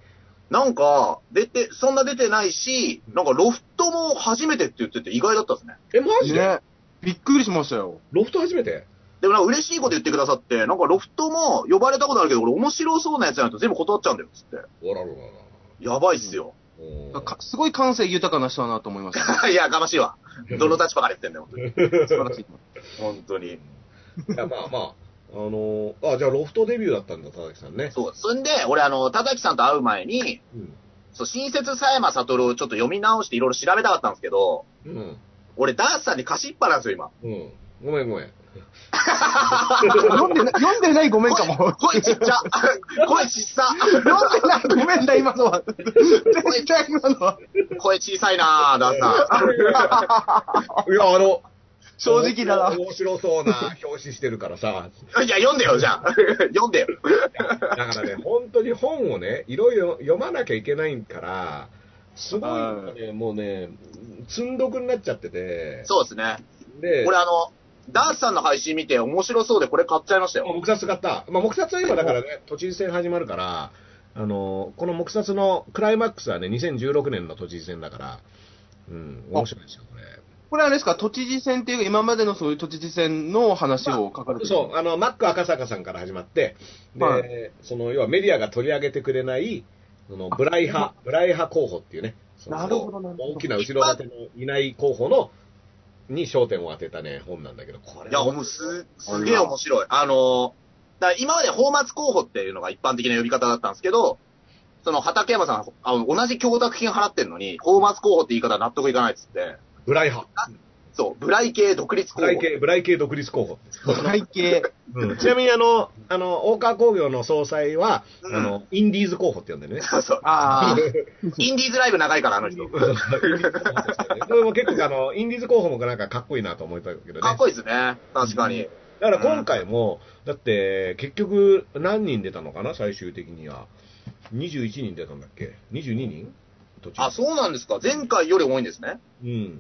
なんか、出て、そんな出てないし、なんかロフトも初めてって言ってて意外だったですね。
え、マジで、
ね。びっくりしましたよ。
ロフト初めて
でもなんか嬉しいこと言ってくださって、なんかロフトも呼ばれたことあるけど、俺面白そうなやつじゃないと全部断っちゃうんだよ、つって。
おらろら
やばいっすよ。
ら。
かすごい感性豊かな人だなと思いまし た。
いや、がましいわ。どの立場から言ってんだよ、本当に。
素晴らしい。
本当に。
いや、まあまあ、あのーあ、じゃあロフトデビューだったんだ、田崎さんね。
そう。そんで、俺あの、田崎さんと会う前に、
うん。
そう、親切佐山悟をちょっと読み直していろいろ調べたかったんですけど、
うん。
俺ダースさんに貸しっぱなんですよ、今。
うん。ごめんごめん。
読んでな、読んでないごめんかも。
声ちっちゃ。声ちっさ。
読んでないごめんだ、今のは。絶対今のは。
声小さいなぁ、ダースさ
いや、あの、
正直だな。
面白そうな表紙してるからさ。
ん。いや、読んでよ、じゃあ。読んでよ。
だからね、本当に本をね、いろいろ読まなきゃいけないから、すごい、ね、もうね、積んどくになっちゃってて。
そうですね。
で、
俺あの、ダースさんの配信見て面白そうでこれ買っちゃいましたよ。
木札買った。まあ、木札は今だからね、都知事選始まるから、あの、この木札のクライマックスはね、2016年の都知事選だから、うん、面白いですよ、これ。
これあれですか、都知事選っていう、今までのそういう都知事選の話を書かれてる。
そう、あの、マック赤坂さんから始まって、で、
は
その、要はメディアが取り上げてくれない、その、ブライ派、ブライ派候補っていうね、その
なるほどなるほど
大きな後ろ盾のいない候補の、に焦点を当てたね、本なんだけど、これ
いや、おもす、すげえ面白い。あの、だから今まで放末候補っていうのが一般的な呼び方だったんですけど、その畠山さん、あの同じ供託金払ってんのに、放末候補って言い方納得いかないっつって、
ブライ派。
そう、ブライ系独立候
ブ
補。
ライ系、ブライ系独立候補。
体系。
うんちなみにあの、あの、大川工業の総裁は、
うん
あの、インディーズ候補って呼んでるね。
そう そう。
ああ。
インディーズライブ長いから、あの人。か
それも結構あの、インディーズ候補もなんかかっこいいなと思ったけどね。
っこいいですね。確かに。
だから今回も、だって、結局、何人出たのかな、最終的には。21人出たんだっけ ?22 人途中。
あ、そうなんですか。前回より多いんですね。
うん。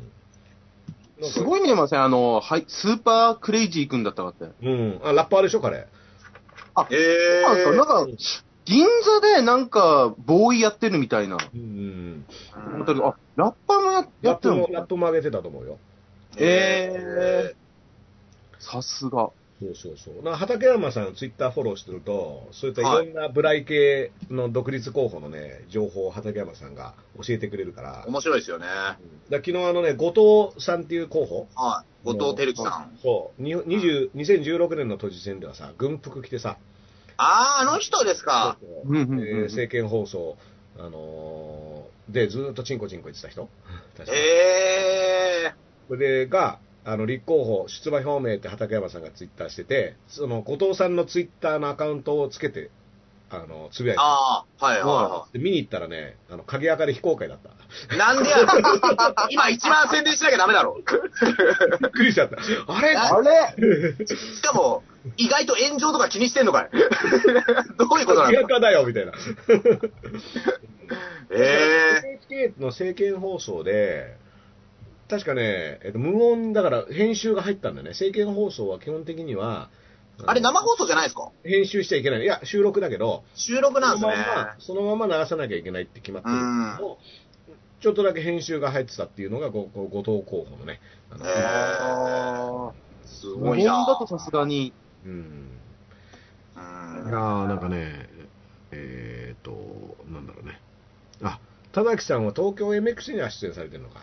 なんか
すごい見れませんあの、はい、スーパークレイジー君だったかって。
うん。あ、ラッパーでしょ、彼。
え
なんか、
え
なんか銀座でなんか、ボーイやってるみたいな。
うん。
思ったけどあ、ラッパーもやや
ラッ
って
プ
る
も
の、
ラップも上げてたと思うよ。
えさすが。
そうそうそう。な畠山さん、ツイッターフォローしてると、そういったい
は
ろ
い
んなブライ系の独立候補のね、情報を畠山さんが教えてくれるから、
面白いですよね。
だ昨日あのね、後藤さんっていう候補、
はい。後藤輝樹さん。
そう、に20 2016年の都知事選ではさ、軍服着てさ、
ああ、あの人ですか。
そうそ
う
うん
うんうん
えー政見放送、あのーで、ずーっとチンコチンコ言ってた人、確か
ええ
それでが、あの立候補、出馬表明って畠山さんがツイッターしてて、その後藤さんのツイッターのアカウントをつけて、あのつぶやいてた
ああ、はいはいは
で見に行ったらね、あの鍵明かり非公開だった。
い。なんでやろ 今一番宣伝しなきゃダメだろ。
びっくりしちゃった。あれ
あ
れ
しかも、意外と炎上とか気にしてんの かいどういうことな
鍵
の
明かだよみたいな。
ええ
NHK の政見放送で、確かね、えっと、無音だから編集が入ったんだよね。政見放送は基本的には、の
あれ生放送じゃないですか
編集しちゃいけない。いや、収録だけど、
収録なんで
そ
す
の
ね
ま。ま、そのまま流さなきゃいけないって決まってるんですけど、ちょっとだけ編集が入ってたっていうのが、ごご後藤候補のね。あの
へえ
あ
ー、す
ー。
ご
無
い
言
な。
だとさすがに。
うん
う
いやー、
ん
なんかね、えーっと、なんだろうね。あ、田崎さんは東京 MX には出演されてるのか。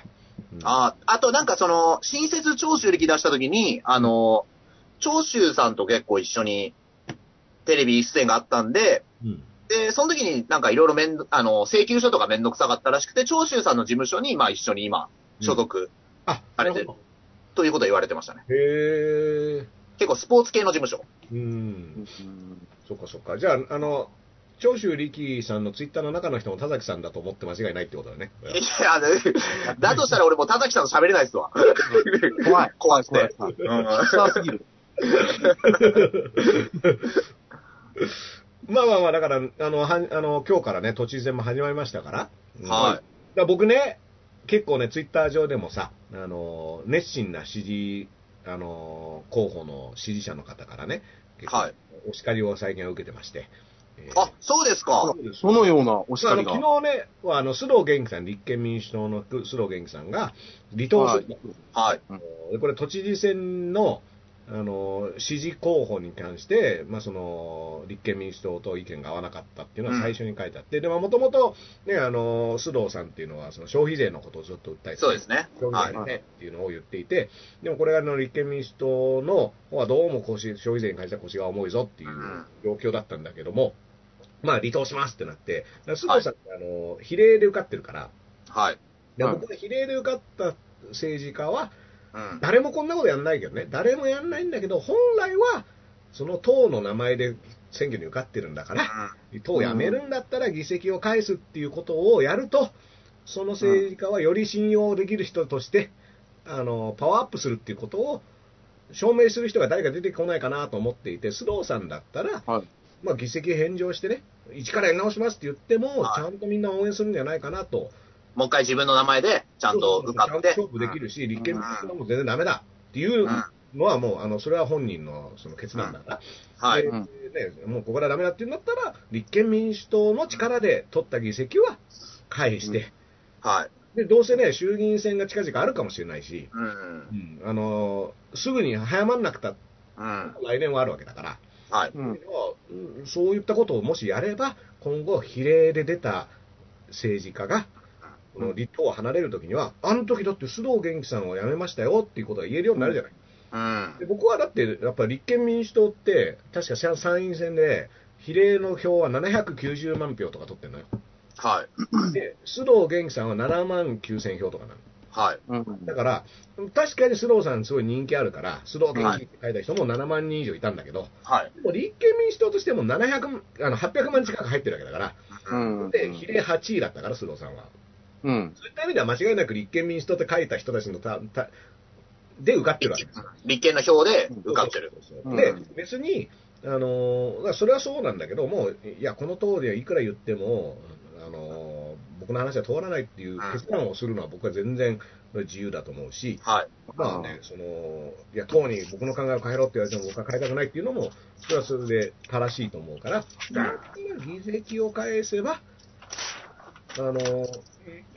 うん
ああとなんかその、新設聴取力出した時に、あの、聴取さんと結構一緒にテレビ出演があったんで、
うん。
で、その時になんかいろいろめんど、あの、請求書とかめんどくさかったらしくて、長州さんの事務所に、まあ一緒に今、所属
あ、
され
な
て
る
る
ほ
ということは言われてましたね。
ど。へえ。
結構スポーツ系の事務所。
うん。そっかそっか。じゃあ、あの、長州力さんのツイッターの中の人も田崎さんだと思って間違いないってことだね。
いや、あの だとしたら俺もう田崎さんと喋れないっす わ。
怖い。
怖く
怖
て
い。。怖い
うん
怖すぎる。
まあまあまあ、だから、あの、はあの今日からね、都知事選も始まりましたから。うん
はい
だから僕ね、結構ね、ツイッター上でもさ、あの、熱心な支持、あの、候補の支持者の方からね、結構
はい
お叱りを最近は受けてまして。えー
あ、そうですか。
そのようなお叱
あの
りが。
昨日ね、あの須藤元気さん、立憲民主党の須藤元気さんが離党すると、
はい。
でこれ、都知事選のあの支持候補に関して、まあ、その立憲民主党と意見が合わなかったっていうのは最初に書いてあって、でもともと須藤さんっていうのは、その消費税のことをずっと訴えて
そうですね。
興味
は
あ
い。
るねっていうのを言っていて、でもこれがあの立憲民主党の方はどうも腰消費税に関しては腰が重いぞっていう状況だったんだけども、まあ離党しますってなって、だから須藤さんってあの比例で受かってるから、
はい。
で
はい
僕が比例で受かった政治家は、
うん。
誰もこんなことやんないけどね、誰もやんないんだけど、本来はその党の名前で選挙に受かってるんだから、党を辞めるんだったら議席を返すっていうことをやると、その政治家はより信用できる人として、あのパワーアップするっていうことを証明する人が誰か出てこないかなと思っていて、須藤さんだったら、
はい
まあ、議席返上してね、一からやり直しますって言っても、
はい
ちゃんとみんな応援するんじゃないかなと、
もう一回自分の名前で、ちゃんと受かって。
ちゃんと勝負できるし、立憲民主党も全然だめだっていうのは、もうあのそれは本人のその決断だから。
はい
で。
うん
ね、もうここらダメだっていうんだったら、立憲民主党の力で取った議席は返して、
はい。
でどうせね、衆議院選が近々あるかもしれないし、
うん。
あのーすぐに早まんなくたって
うん。
来年はあるわけだから、
はい。
うん
けどうんそういったことをもしやれば、今後、比例で出た政治家が、この立党を離れるときには、あの時だって須藤元気さんを辞めましたよっていうことが言えるようになるじゃない。
うん
で。僕はだって、やっぱり立憲民主党って、確か参参院選で、比例の票は790万票とか取ってるの よ。
はい。
で、須藤元気さんは7万9000票とかなの。
はい。
うん
だから、確かに須藤さんすごい人気あるから、須藤元気って書いた人も7万人以上いたんだけど、
はい。
でも立憲民主党としても700あの800万近く入ってるわけだから、
うん。
で、比例8位だったから、須藤さんは。
うん。
そういった意味では間違いなく立憲民主党って書いた人たちのたたで受かってるわけですよ。
立憲の票で受かってる。
そう
うん
で、別に、あのーだからそれはそうなんだけど、もう、いや、この通りはいくら言っても、あのー僕の話は通らないっていう決断をするのは僕は全然自由だと思うし、
はい。
まあね、その、いや、党に僕の考えを変えろって言われても僕は変えたくないっていうのも、それはそれで正しいと思うから、議席を返せば、あの、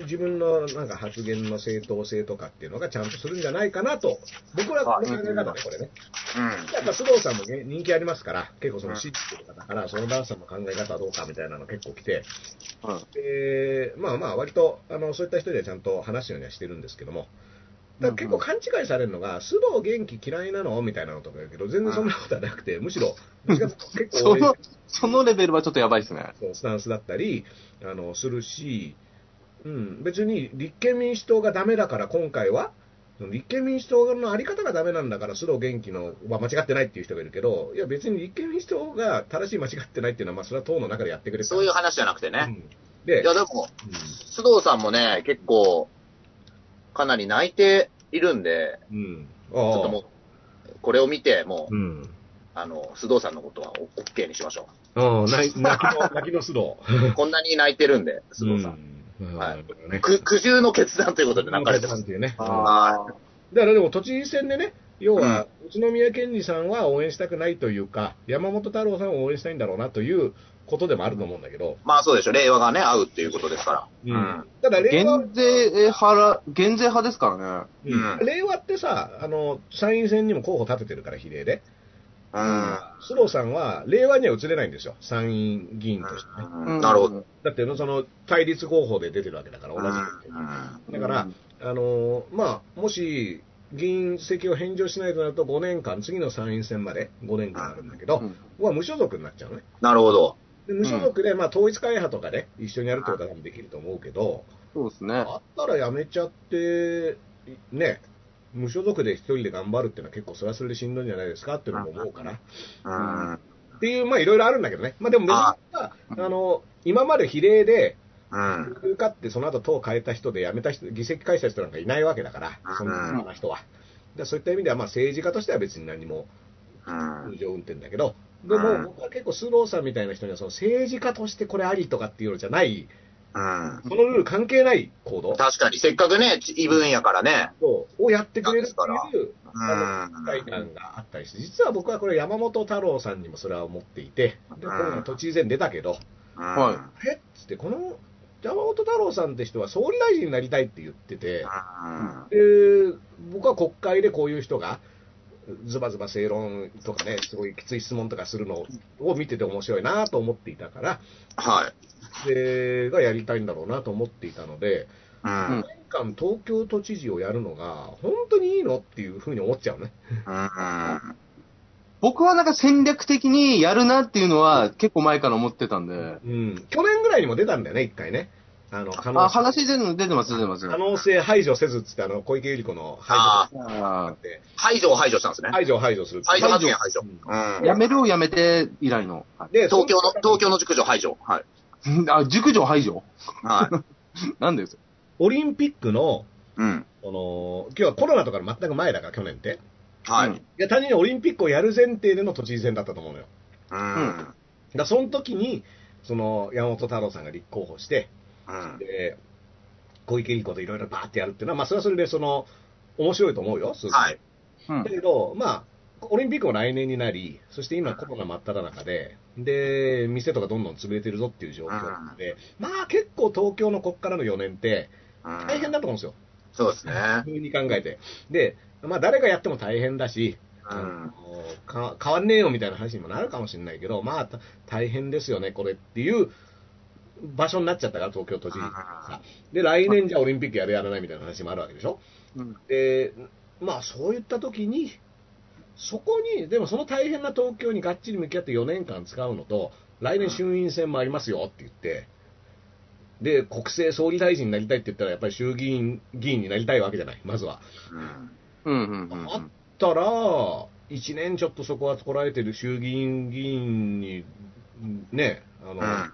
自分のなんか発言の正当性とかっていうのがちゃんとするんじゃないかなと、僕はこの考え方ね、これね。
うん。
やっぱ須藤さんもね人気ありますから、結構その支持する方から、そのダンさんの考え方はどうかみたいなの結構来て、
うん
でまあまあ、割とあのそういった人にはちゃんと話すようにはしてるんですけども、だから結構勘違いされるのが、須藤元気嫌いなのみたいなのとか言うけど、全然そんなことはなくて、むし ろ、どっちかっていうと結構
そ
応援
の、そのレベルはちょっとやばいですね。
スタンスだったりあのするし、うん、別に立憲民主党がダメだから、今回は、立憲民主党のあり方がダメなんだから、須藤元気の、まあ、間違ってないっていう人がいるけど、いや、別に立憲民主党が正しい、間違ってないっていうのは、まあ、それは党の中でやってくれてた
そういう話じゃなくてね。
うんで
いや、でも、須藤さんもね、結構、かなり泣いているんで、
うん、うん、
ち
あ
ょっともう、これを見て、も
あ、う
う、
ん、
あの、須藤さんのことはオッケーにしましょ
ああ泣き泣きの泣きの須藤、
う。こんなに泣いてるんで、 須藤さん。
ん
はい
うんこれね
く、苦渋の決断ということで泣かれてま
なん
す。
ていうね。
あ
だからでも、都知事選でね、要は、宇都宮健治さんは応援したくないというか、山本太郎さんを応援したいんだろうなということでもあると思うんだけど、
まあそうでしょ、令和がね、合うっていうことですから。うん。
ただ令和、
減税派ら、減税派ですからね。
うん
令和ってさあの、参院選にも候補立ててるから、比例で、
うん。
須藤さんは令和には移れないんですよ、参院議員としてね。
うんなるほど。
ど。
だってその対立候補で出てるわけだから、同じく。だから、あのまあ、もし議員席を返上しないとなると、5年間、次の参院選まで5年間あるんだけど、
うん、
は無所属になっちゃうのね。
なるほど。
で無所属で、まあ、統一会派とかで、一緒にやるってことは多分できると思うけど、
そうですね。
あったらやめちゃって、ね、無所属で一人で頑張るっていうのは結構それはそれでしんどいんじゃないですかっていうのも思うから。
うん。
っていう、まあいろいろあるんだけどね。まあでも別に
あ
さ、あの、今まで比例で
うん。
受かってその後党を変えた人で辞めた人、議席返した人なんかいないわけだから、そんなような人は。でそういった意味では、まあ政治家としては別に何も
うん
通常運転だけど、でも僕は結構スローさんみたいな人には、その政治家としてこれありとかっていうのじゃない、
うん。
このルール関係ない行動
確かに、せっかくね、異分野からね。
をやってくれるっていう
う
あの期待
ん。
感があったりして、実は僕はこれ、山本太郎さんにもそれは思っていて、でこれが都知事選出たけど、
は
えっつって、この山本太郎さんって人は総理大臣になりたいって言ってて、
い。
で僕は国会でこういう人が、ズバズバ正論とかね、すごいきつい質問とかするのを見てて面白いなと思っていたから、
はい。
でがやりたいんだろうなと思っていたので、
う
うんん。
年間東京都知事をやるのが、本当にいいのっていうふうに思っちゃうね。
うん。
僕はなんか戦略的にやるなっていうのは結構前から思ってたんで。
うん、去年ぐらいにも出たんだよね、一回ね。あの可能
あ、話出てます、出てます、出てます。
可能性排除せずっつって、あの小池百合子の排除
あ
あ
って、
排除を排除したんですね。
排除を排除するって
排除発言排除。
ー
うん。
やめるをやめて以来の。はい
で、
東京の、東京の熟女排除。はい。
あ、熟女排除
はい。
なんでです
オリンピックの、
うん。
あのー今日はコロナとかの全く前だから、去年って。
はい。
うん
いや、単純にオリンピックをやる前提での都知事選だったと思うのよ。
うん。
だからその時に、その、山本太郎さんが立候補して、
うん。
で、小池百合子といろいろバーってやるっていうのは、まあ、それはそれで、その、面白いと思うよ、すごく
はい。
うん
だけど、まあ、オリンピックも来年になり、そして今、コロナ真っ只中で、で、店とかどんどん潰れてるぞっていう状況なので、まあ結構東京のこっからの4年って、大変だと思うんですよ、
そうですね。
普通に考えて。で、まあ誰がやっても大変だし、
う
あ
ん
の。か変わんねえよみたいな話にもなるかもしれないけど、まあた大変ですよね、これっていう場所になっちゃったから、東京都知事さ。で、来年じゃあオリンピックやるやらないみたいな話もあるわけでしょ。
うん
で、まあそういった時に、そこに、でもその大変な東京にがっちり向き合って4年間使うのと、来年衆院選もありますよって言って、で、国政総理大臣になりたいって言ったら、やっぱり衆議院議員になりたいわけじゃない、まずは。
うん
うんうんうん
あったら、1年ちょっとそこはこらえてる衆議院議員に、ね、あの、
うん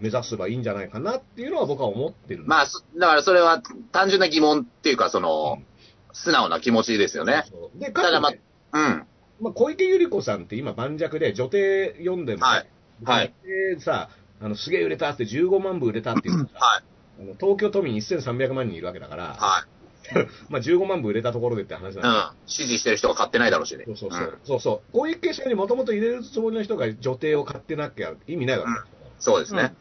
目指せばいいんじゃないかなっていうのは僕は思ってるんで
まあ、そだからそれは単純な疑問っていうか、その、
うん
素直な気持ちですよね。
そうで、かつ
ただまあ
ね
うん。
まあ、小池百合子さんって今、盤石で、女帝読んでも、
はいはい
でさ、あのすげえ売れたって、15万部売れたっていうのがさ、
はい
あの東京都民1300万人いるわけだから、
はい。
まあ、15万部売れたところでって話
う
なん
ん。支持してる人が買ってないだろうしね。
そうそうそう、そうそう、小池社にもともと入れるつもりの人が女帝を買ってなきゃ意味ないわけだよ
そうですね。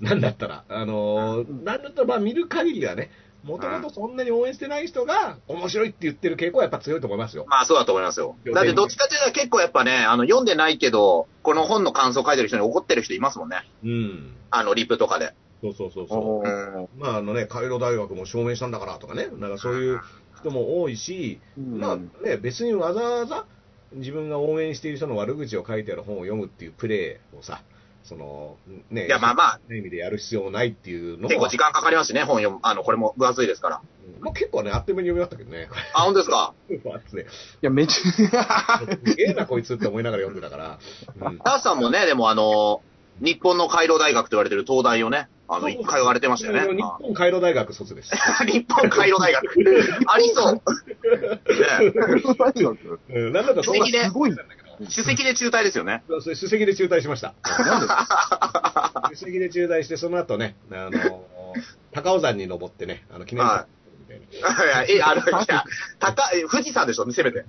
なんだったら、あのーなんだったら、まあ見る限りはね、もともとそんなに応援してない人が、面白いって言ってる傾向はやっぱ強いと思いますよ。
まあそうだと思いますよ。だってどっちかというと結構やっぱね、あの、読んでないけど、この本の感想書いてる人に怒ってる人いますもんね。
うん。
あの、リプとかで。
そうそうそうそう。
おー
まああのね、カイロ大学も証明したんだからとかね、なんかそういう人も多いし、
うん
まあね、別にわざわざ自分が応援している人の悪口を書いてある本を読むっていうプレーをさ、そのね、
いや、まあまあ、
そういう意味でやる必要ないっていうのも、
結構時間かかりますしね、本読む。あの、これも分厚いですから。
うんまあ、結構ね、あっという間に読み終わったけどね、
あ、本当ですか
まあですね
いや、めっちゃ、
すげえな、こいつって思いながら読んでたから、うん
ダースさんもね、でもあの、日本の回廊大学と言われてる東大をね、あの、
そう
通われてましたよね。
日本カイロ大学卒です。
あ 日本回廊 大学。ありそう。ね
うん、なんだったらそんな
素敵ね
すごい。
首席で中退ですよね。
そう首席で中退しました。首席で中退して、その後ね、あの、高尾山に登ってね、あの、記念
は
み
いやえ、あの、い や、高い、富士山でしょ、せめて。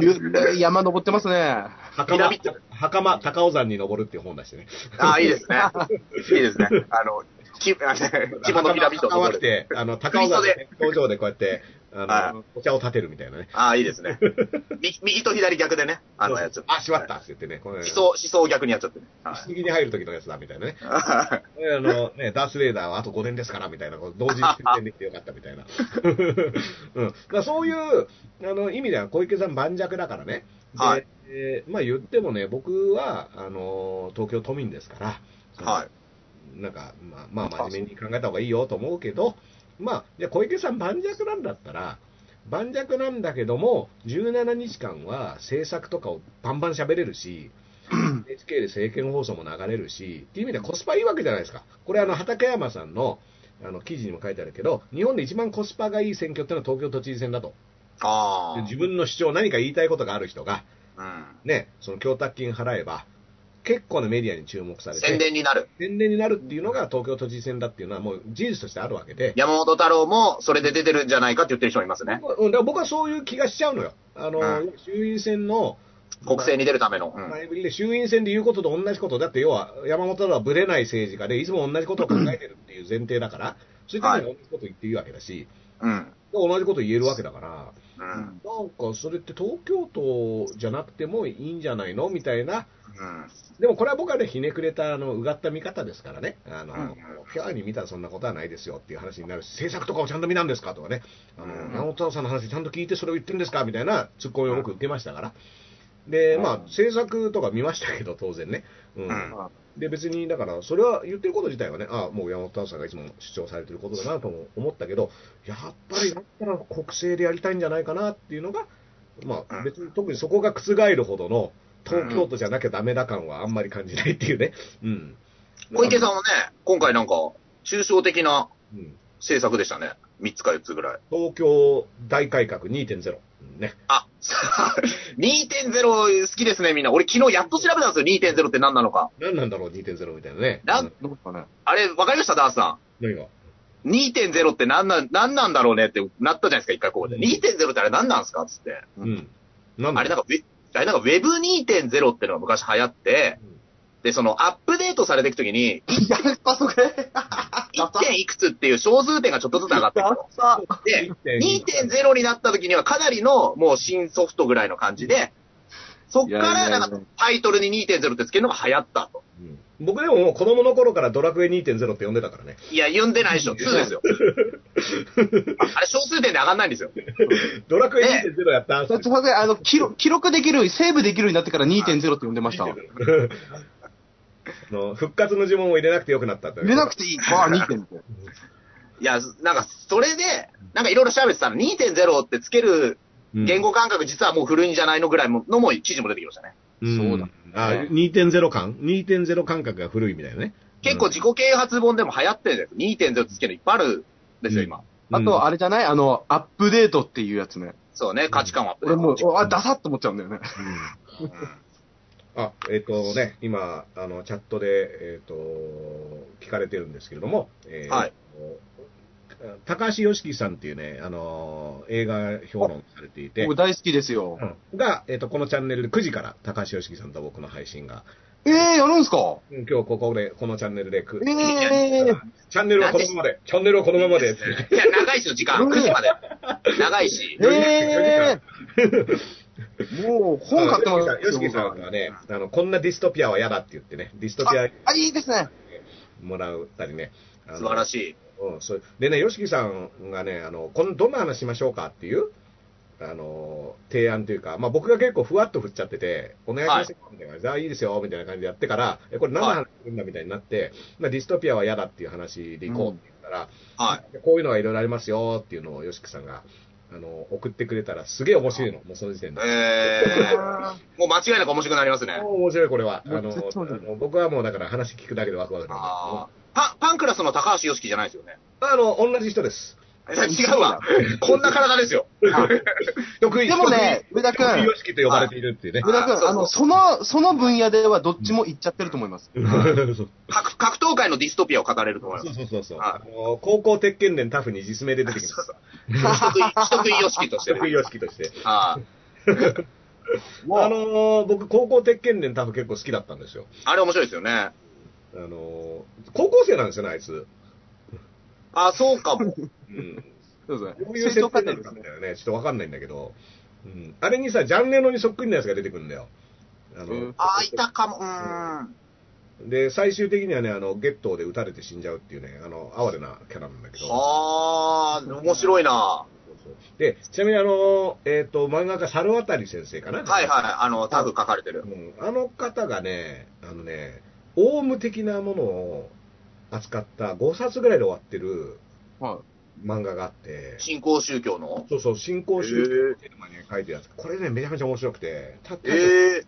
ゆ山登ってますね。
たいな
ピラミッド
袴、袴、高尾山に登るっていう本出してね。
ああ、いい ですね。いいですね。あの、き、あ の、着物ピラミッド
袴
登
着
る。
て、あの、高尾山の
振り袖
工場でこうやって、あ
は
の、お茶を立てるみたいなね。
ああ、いい ですね。み右と左逆でね、あのやつ。
そう
思
そうあ、しまったって言ってね、この、
想、思想を逆にやっちゃってね。はい
次に入る時のやつだみたいなね。
あ
であのね、ダース・レーダーはあと5年ですからみたいな、こう同時に出演できてよかったみたいな、 うん、だからそういうあの意味では小池さん、盤石だからね、で
はい
えーまあ、言ってもね、僕はあの東京都民ですから、その
はい。
なんか、まあ、まあ、真面目に考えた方がいいよと思うけど、まあ、じゃあ小池さん、盤石なんだったら、盤石なんだけども、17日間は政策とかをバンバン喋れるし、NHK で政見放送も流れるし、っていう意味ではコスパいいわけじゃないですか。これ、あの、畠山さんの、あの記事にも書いてあるけど、日本で一番コスパがいい選挙っていうのは東京都知事選だと、
あ
で
あ。
自分の主張、何か言いたいことがある人が、
う
ね、その供託金払えば、結構なメディアに注目さ
ん。
れて、
宣伝になる。
天然になるっていうのが東京都知事選だっていうのはもう事実としてあるわけで、
山本太郎もそれで出てるんじゃないかって言ってる人もいますね。
僕はうんだから僕はそういう気がしちゃうのよ。あの、
うん
衆院選の
国政に出るための。うん
前振りで衆院選で言うことと同じことだって、要は山本太郎はぶれない政治家で、いつも同じことを考えてるっていう前提だから、そういう時に同じこと言っていいわけだし、
うん。
同じこと言えるわけだから、
うん。うん
なんかそれって東京都じゃなくてもいいんじゃないのみたいな、
うん。
でもこれは僕はね、ひねくれた、あの、うがった見方ですからね。あの、
うん
ピュアに見たらそんなことはないですよっていう話になるし、制作とかをちゃんと見たんですかとかね。あの、
うん
山本太郎さんの話ちゃんと聞いてそれを言ってるんですかみたいなツッコミを僕受けましたから。で、ま
う
あ、
ん
制作とか見ましたけど、当然ね。うん。
うん
で、別に、だから、それは言ってること自体はね、あもう山本太郎さんがいつも主張されてることだなとも思ったけど、やっぱりだったら国政でやりたいんじゃないかなっていうのが、ま
う
あ、
ん
別に特にそこが覆るほどの、東京都じゃなきゃダメだ感はあんまり感じないっていうね。うん。
小池さんはね、今回なんか、抽象的な
うん
政策でしたね。3つか4つぐらい。
東京大改革2.0。ね。
あ、2.0好きですね、みんな。俺昨日やっと調べたんですよ、2.0って何なのか。
何なんだろう、2.0みたいなね。
な
うんん
どうですかね。
あれ、わかりました、ダースさ
何が
ん。2.0って何なん、何なんだろうねってなったじゃないですか、一回ここで。
うん
2.0ってあれ何なんですかつって。
う
うんん。なん
あれ
だ
なんかウェ、あれなんか Web2.0 ってのが昔流行って
うん、
で、そのアップデートされていくときに、
やっぱそれ。
1点いくつっていう小数点がちょっとずつ上がっていく
やっぱ。
で、2.0になった時にはかなりのもう新ソフトぐらいの感じで、そっか
いや
ら
いやいや
なんかタイトルに2.0ってつけるのが流行ったと。
うん僕でももう子供の頃からドラクエ2.0って呼んでたからね。
いや、言んでないでしょ。2です よ。あれ、小数点で上がんないんですよ。
ドラクエ2.0やった
さすがにあの記録、記録できる、セーブできるようになってから2.0って呼んでましたわ。
あの復活の呪文を入れなくてよくなったという
入れなくていい。わあ、2.0。
いや、なんか、それで、なんかいろいろ調べてたの、2.0ってつける
うん
言語感覚実はもう古いんじゃないのぐらいものも記事も出てきましたね。
うん
そうだ
あ2.0感 ?2.0 感覚が古いみたいなね。
結構自己啓発本でも流行ってるんですよ。2.0つけるのいっぱいあるんですよ、今。
あと、あれじゃないあの、アップデートっていうやつね。
そうね、価値観は。
俺もう、あ、ダサって思っちゃうんだよね。
あ、えっ、とね、今、あの、チャットで、えっ、と、聞かれてるんですけれども、えー
はい
高橋良樹さんっていうね、あの映画評論されていて、
僕大好きですよ。
うんが、えっ、と、このチャンネルで9時から高橋良樹さんと僕の配信が、
ええやるんすか
うん今日ここで、このチャンネルでく、
ええ
チャンネルはこのままで、チャンネルはこのままで、って
いや、長いですよ、時間。
うん
9時まで。長いし。
ええもう本買ってます
あヨシキさんヨシキさんはね、あの、こんなディストピアは嫌だって言ってね、ディストピア
あ、いいですね。
もらうたりね。あの
素晴らしい。
うん、そうでね、吉木さんがね、あのこのどんな話しましょうかっていうあの提案というか、まあ、僕が結構ふわっと振っちゃってて、お願いしますよみたいな感じで、あい、いいですよみたいな感じでやってから、えこれ、何の話するんだみたいになって、まあディストピアは嫌だっていう話でいこうって言ったら、
はい。
こういうのはいろいろありますよっていうのを吉木さんがあの送ってくれたら、すげえ面白いの、もうその時点で。
えー、もう間違いなく面白くなりますね。
もう面白い、これはあの
もう絶対面白い
あの僕はもうだから話聞くだけでワクワク
あ
な
ーパパンクラスの高橋良樹じゃないですよね。
るあの同じ人です。
いや違うわ。こんな体ですよ。
得意
でもね、上田く
得意
ん
よ、しきと呼ばれているっていうね。
上田くん、あの、その、その分野ではどっちもいっちゃってると思います。
そう
格格闘界のディストピアを語れると思い
そ
ま
う
す。
そうそうそう。あ
は
の高校鉄拳連タフに実名で出てきまし
そう
た。
一得意、一得意良樹として
得意
ね。
様式として。
はい
あのー僕、高校鉄拳連タフ結構好きだったんですよ。
あれ面白いですよね。
あのー高校生なんですよね、あいつ。
あ、そうかも。
うん。
そうです
ど
ね。
ういう設定なのかみたいなね、ちょっとわかんないんだけど。うん。あれにさ、ジャンレノにそっくりなやつが出てくるんだよ。あの、
うん
あ、いたかも。うーん。
で、最終的にはね、あの、ゲットーで撃たれて死んじゃうっていうね、あの、哀れなキャラなんだけど。
はあ、面白いな。
で、ちなみにあの、えっ、と、漫画家、猿渡先生かな。
はいはい。あの、タグ書かれてる。
うんあの方がね、あのね、オウム的なものを扱った5冊ぐらいで終わってる
は
漫画があって、
新興宗教の。
そうそう、新興宗教
え
のテーマに書いてるやつ、これね、めちゃめちゃ面白くて、た
え
た
え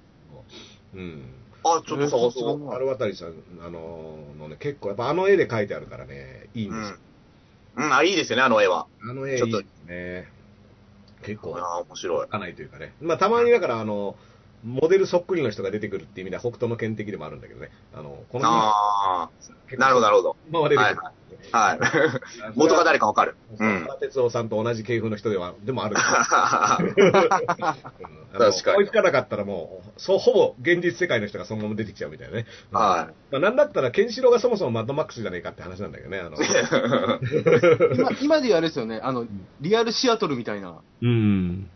うん。
あ、ちょっと探そ。
そうう
丸渡さん、あののね、結構、やっぱあの絵で書いてあるからね、いいん
う
です
ん
よ。。
うん、あ、いいですよね、あの絵は。
あの絵、い
ちょっ
い
と
ですね。結構、
あ面白い
書。かないというかね。まあ、たまにだから、あの、モデルそっくりの人が出てくるっていう意味では、北斗の剣的でもあるんだけどね。あの、この
ああ、
辺
なるほど、なるほど。
まあ、出てくる。
はい。 元が誰かわ かる。
う
うんん。
哲夫さんと同じ系譜の人では、でもあるん です
は
よ。うん
確か
あ
に
の追いつかなかったらもう、そう、ほぼ現実世界の人がそのまま出てきちゃうみたいなね。
い。は
まあ、なんだったら、ケンシロウがそもそもマッドマックスじゃねえかって話なんだけどね。 あの
い。今、今で言うあれですよね。あの、リアルシアトルみたいな。
うん。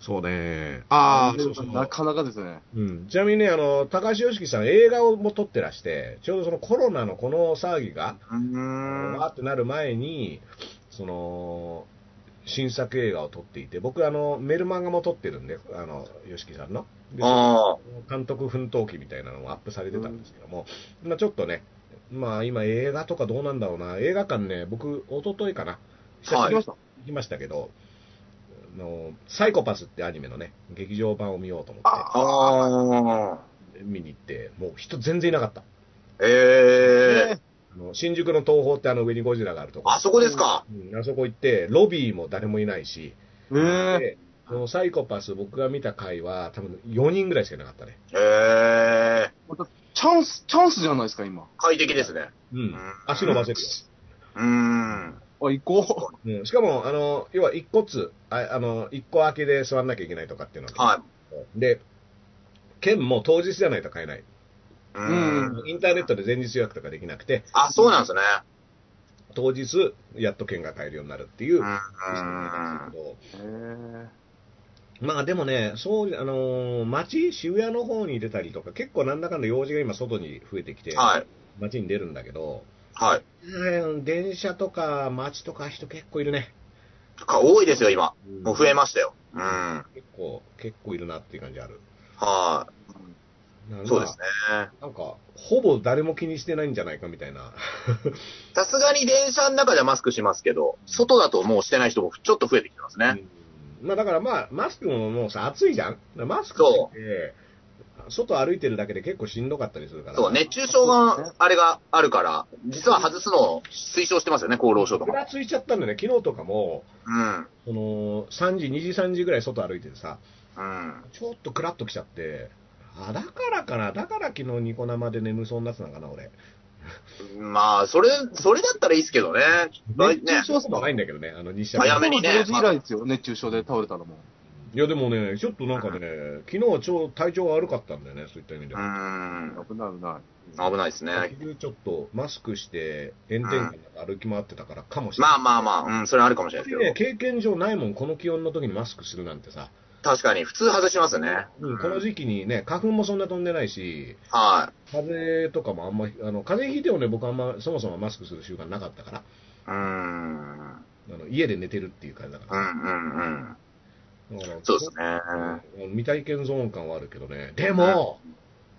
そうね。ああ、そうそう。
なかなかですね。
うん、ちなみにね、あの、高橋良樹さん映画をも撮ってらして、ちょうどそのコロナのこの騒ぎが、
い。うーん。
わーってなる前に、その、新作映画を撮っていて、僕、あの、メルマガも撮ってるんで、あの、吉木さんの。で
あ
監督奮闘記みたいなのもアップされてたんですけども、まあちょっとね、まあ今映画とかどうなんだろうな、映画館ね、僕、一昨日かな、久しぶ
は
り
い
に行きましたけど、あのサイコパスってアニメのね、劇場版を見ようと思
あ。
っ
ああ。
て、見に行って、もう人全然いなかった。
ええ。
あの新宿の東宝ってあの上にゴジラがあるとこ、
あそこですか。
うんあそこ行って、ロビーも誰もいないし、
ええ
でそのサイコパス僕が見た回は多分4人ぐらいしかいなかったね。
ええ。
チャンス、チャンスじゃないですか、今。
快適ですね。
うん
うん。
足伸ばせるよ。
うーん。
あ、行こ
うん、しかも、あの、要は一個つ、ああの、一個空きで座んなきゃいけないとかっていうのは、
はい。
で、券も当日じゃないと買えない。
う
うん
ん。
インターネットで前日予約とかできなくて、
あ、そうなんですね。
当日、やっと券が買えるようになるっていうう、
ん。
システムなんですけど
う。ええ
まあでもね、そう、あのー街、渋谷の方に出たりとか、結構なんだかんだ用事が今外に増えてきて、
はい。
街に出るんだけど、
はい。
うん電車とか街とか人結構いるね。
か多いですよ、今。もう増え
ま
ましたよ。うん。は
結構、結構いるなっていう感じある。なん
い。
か
そうですね。
なんか、ほぼ誰も気にしてないんじゃないかみたいな。
さすがに電車の中ではマスクしますけど、外だともうしてない人もちょっと増えてきてますね。
うんまあだからまあ、マスクももうさ、暑いじゃん。だからマスクって、外歩いてるだけで結構しんどかったりするから。
そう、熱中症が、あれがあるから、実は外すのを推奨してますよね、厚労省と
ぐら
か。
ついちゃったんだよね、昨日とかも、
うん。
その3時、2時、3時ぐらい外歩いててさ、
うん。
ちょっとクラッときちゃって、あ、だからかな、だから昨日ニコ生で眠そうになってたのかな、俺。
まあ、それ、それだったらいいですけどね。
熱
ね
中。症とかないんだけどね、あの、日射
早めにね
午後0時以来ですよ、熱中症で倒れたのも。
いや、でもね、ちょっとなんかね、昨日は超体調が悪かったんだよね、そういった意味で
う
は。
ん。
危ない危ない。
危ないですね。
昼ちょっとマスクして炎天下の中歩き回ってたからかもしれな
ま
い。
あまあまあ、うん、それあるかもしれないです
ね、
け
経験上ないもん、この気温の時にマスクするなんてさ、
ど。確かに、普通外しますよね。
うん、この時期にね、花粉もそんな飛んでないし、
は
風邪とかもあんまり、あの風邪ひいてもね、僕あんま、そもそもマスクする習慣なかったから、
い。うん。
あの家で寝てるっていう感じだか
うん
ら、
うんうん。
だから
そうですね。
うん未体験ゾーン感はあるけどね、でも、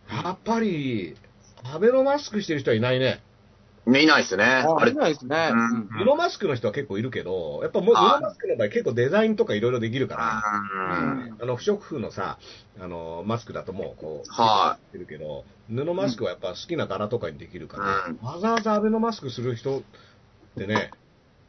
やっぱり、アベノマスクしてる人はいないね、
見ないですね。あ
あ
れ
れ、ないですね。
うん
うん
布マスクの人は結構いるけど、やっぱもう、布
はい
マスクの場合、結構デザインとかいろいろできるから。
うん。
あの不織布のさあの、マスクだともう、こう、
は
ってるけど、布マスクはやっぱ好きな柄とかにできるから、
うん
わざわざアベノマスクする人ってね、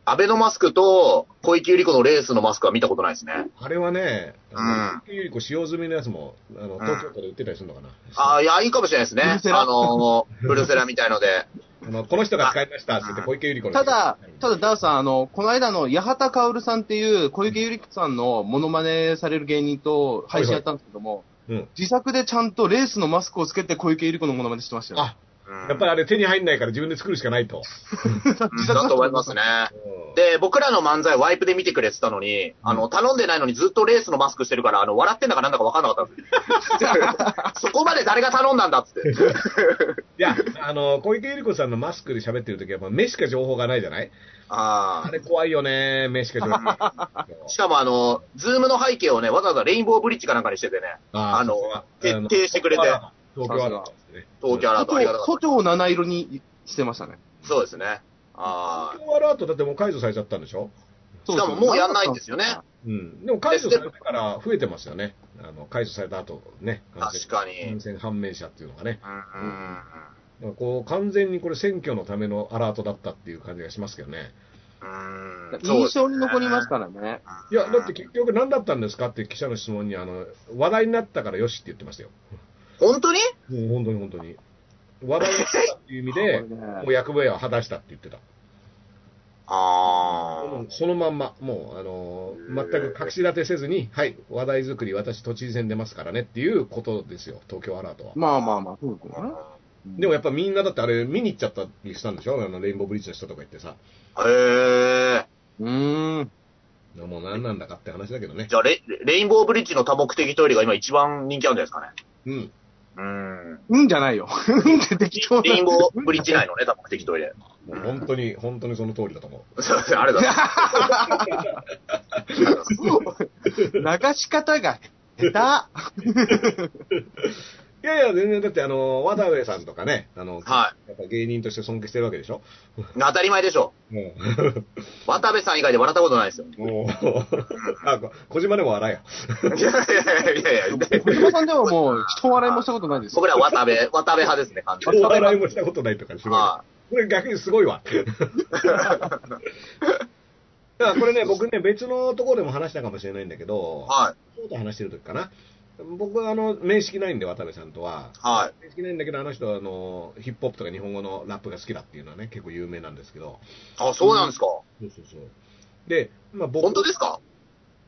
アベノマスクと小池百合子のレースのマスクは見たことないですね。
あれはね、あ
う
の、
ん
ゆり子使用済みのやつも、あの、
ん
東京都で売ってたりするのかな。
ああ、いや、いいかもしれないです
ブ
ね
ルセ。ラ
あの、ブルセラみたいので。
あの、この人が使いましたって言って、小池百合子の
ただ、ただ、ダウさん、あの、この間の八幡薫さんっていう、小池百合子さんのモノマネされる芸人と配信やったんですけども、
うん。
自作でちゃんとレースのマスクをつけて小池百合子のモノマネしてましたよ。
あ、やっぱりあれ手に入んないから自分で作るしかないと。
うんだと思いますね。で、僕らの漫才ワイプで見てくれてたのに、あの、頼んでないのにずっとレースのマスクしてるから、あの、笑ってんだかなんだか分かんなかったんですそこまで誰が頼んだんだっつって。
いや、あの、小池百合子さんのマスクで喋ってるときは、まあ目しか情報がないじゃない
あ
あれ怖いよね、目しか情報 ない
あ。しかもあの、ズームの背景をね、わざわざレインボーブリッジかなんかにしててね、あの、徹底してくれて、
東京アナウンスですね
東京アラートありがたかった
都庁七色にしてましたね。
そうですね。あ
東京アラートだってもう解除されちゃったんでしょ
あ。しかももうやんないんですよね。
うん。でも解除されてから増えてますよね。あの、解除された後ね。感染
確かに。
感染判明者っていうのがね。
うんうん
だからこう、完全にこれ選挙のためのアラートだったっていう感じがしますけどね。
うんうん
印象に残ります
か
からね。
いや、だって結局何だったんですかって記者の質問に、あの、話題になったからよしって言ってましたよ。
本当に
もう本当に本当に。話題になったっていう意味で、もう役目は果たしたって言ってた。
あ
もうそのまんま、もう、あのー全く隠し立てせずに、はい、話題作り、私、都知事選出ますからねっていうことですよ、東京アラートは。
まあまあまあ、そうですよね。
あ。
でもやっぱみんなだってあれ、見に行っちゃったりしたんでしょ、あのレインボーブリッジの人とか行ってさ、
へえ。
うーん。
もう何なんだかって話だけどね
じ、ゃあレ、レインボーブリッジの多目的トイレが今一番人気あるんじゃないですかね。
うん、
うん。
うんじゃないよ。うんって適当な。
レインボーブリッジ内のね、多目的トイレ。
もう本当に、本当にその通りだと思
そうそうあれだ。
流し方が下手。
う。いやいや、全然、だって、あのー和田上さんとかね、あの
は
やっぱ芸人として尊敬してるわけでしょ、
当たり前でしょ。
も、
渡部さん以外で笑ったことないですよ。いう
もう、 あこ小島でも笑
やいやいやいや、
小島さんではもう、人笑いもしたことないですよ。
僕ら渡部、渡部派ですね、完
え
全
よ、
に。
お笑いもしたことないとか、すごい。
は
これ逆にすごいわ。だからこれね、僕ね、別のところでも話したかもしれないんだけ
い。
ど、
はい。
そうと話してる時かな。僕はあの、面識ないんで、渡部さんとは。
はい。
面識ないんだけど、あの人はあの、ヒップホップとか日本語のラップが好きだっていうのはね、結構有名なんですけど。
あ、そうなんですか。
そうそうそう。で、まあ僕、
本当ですか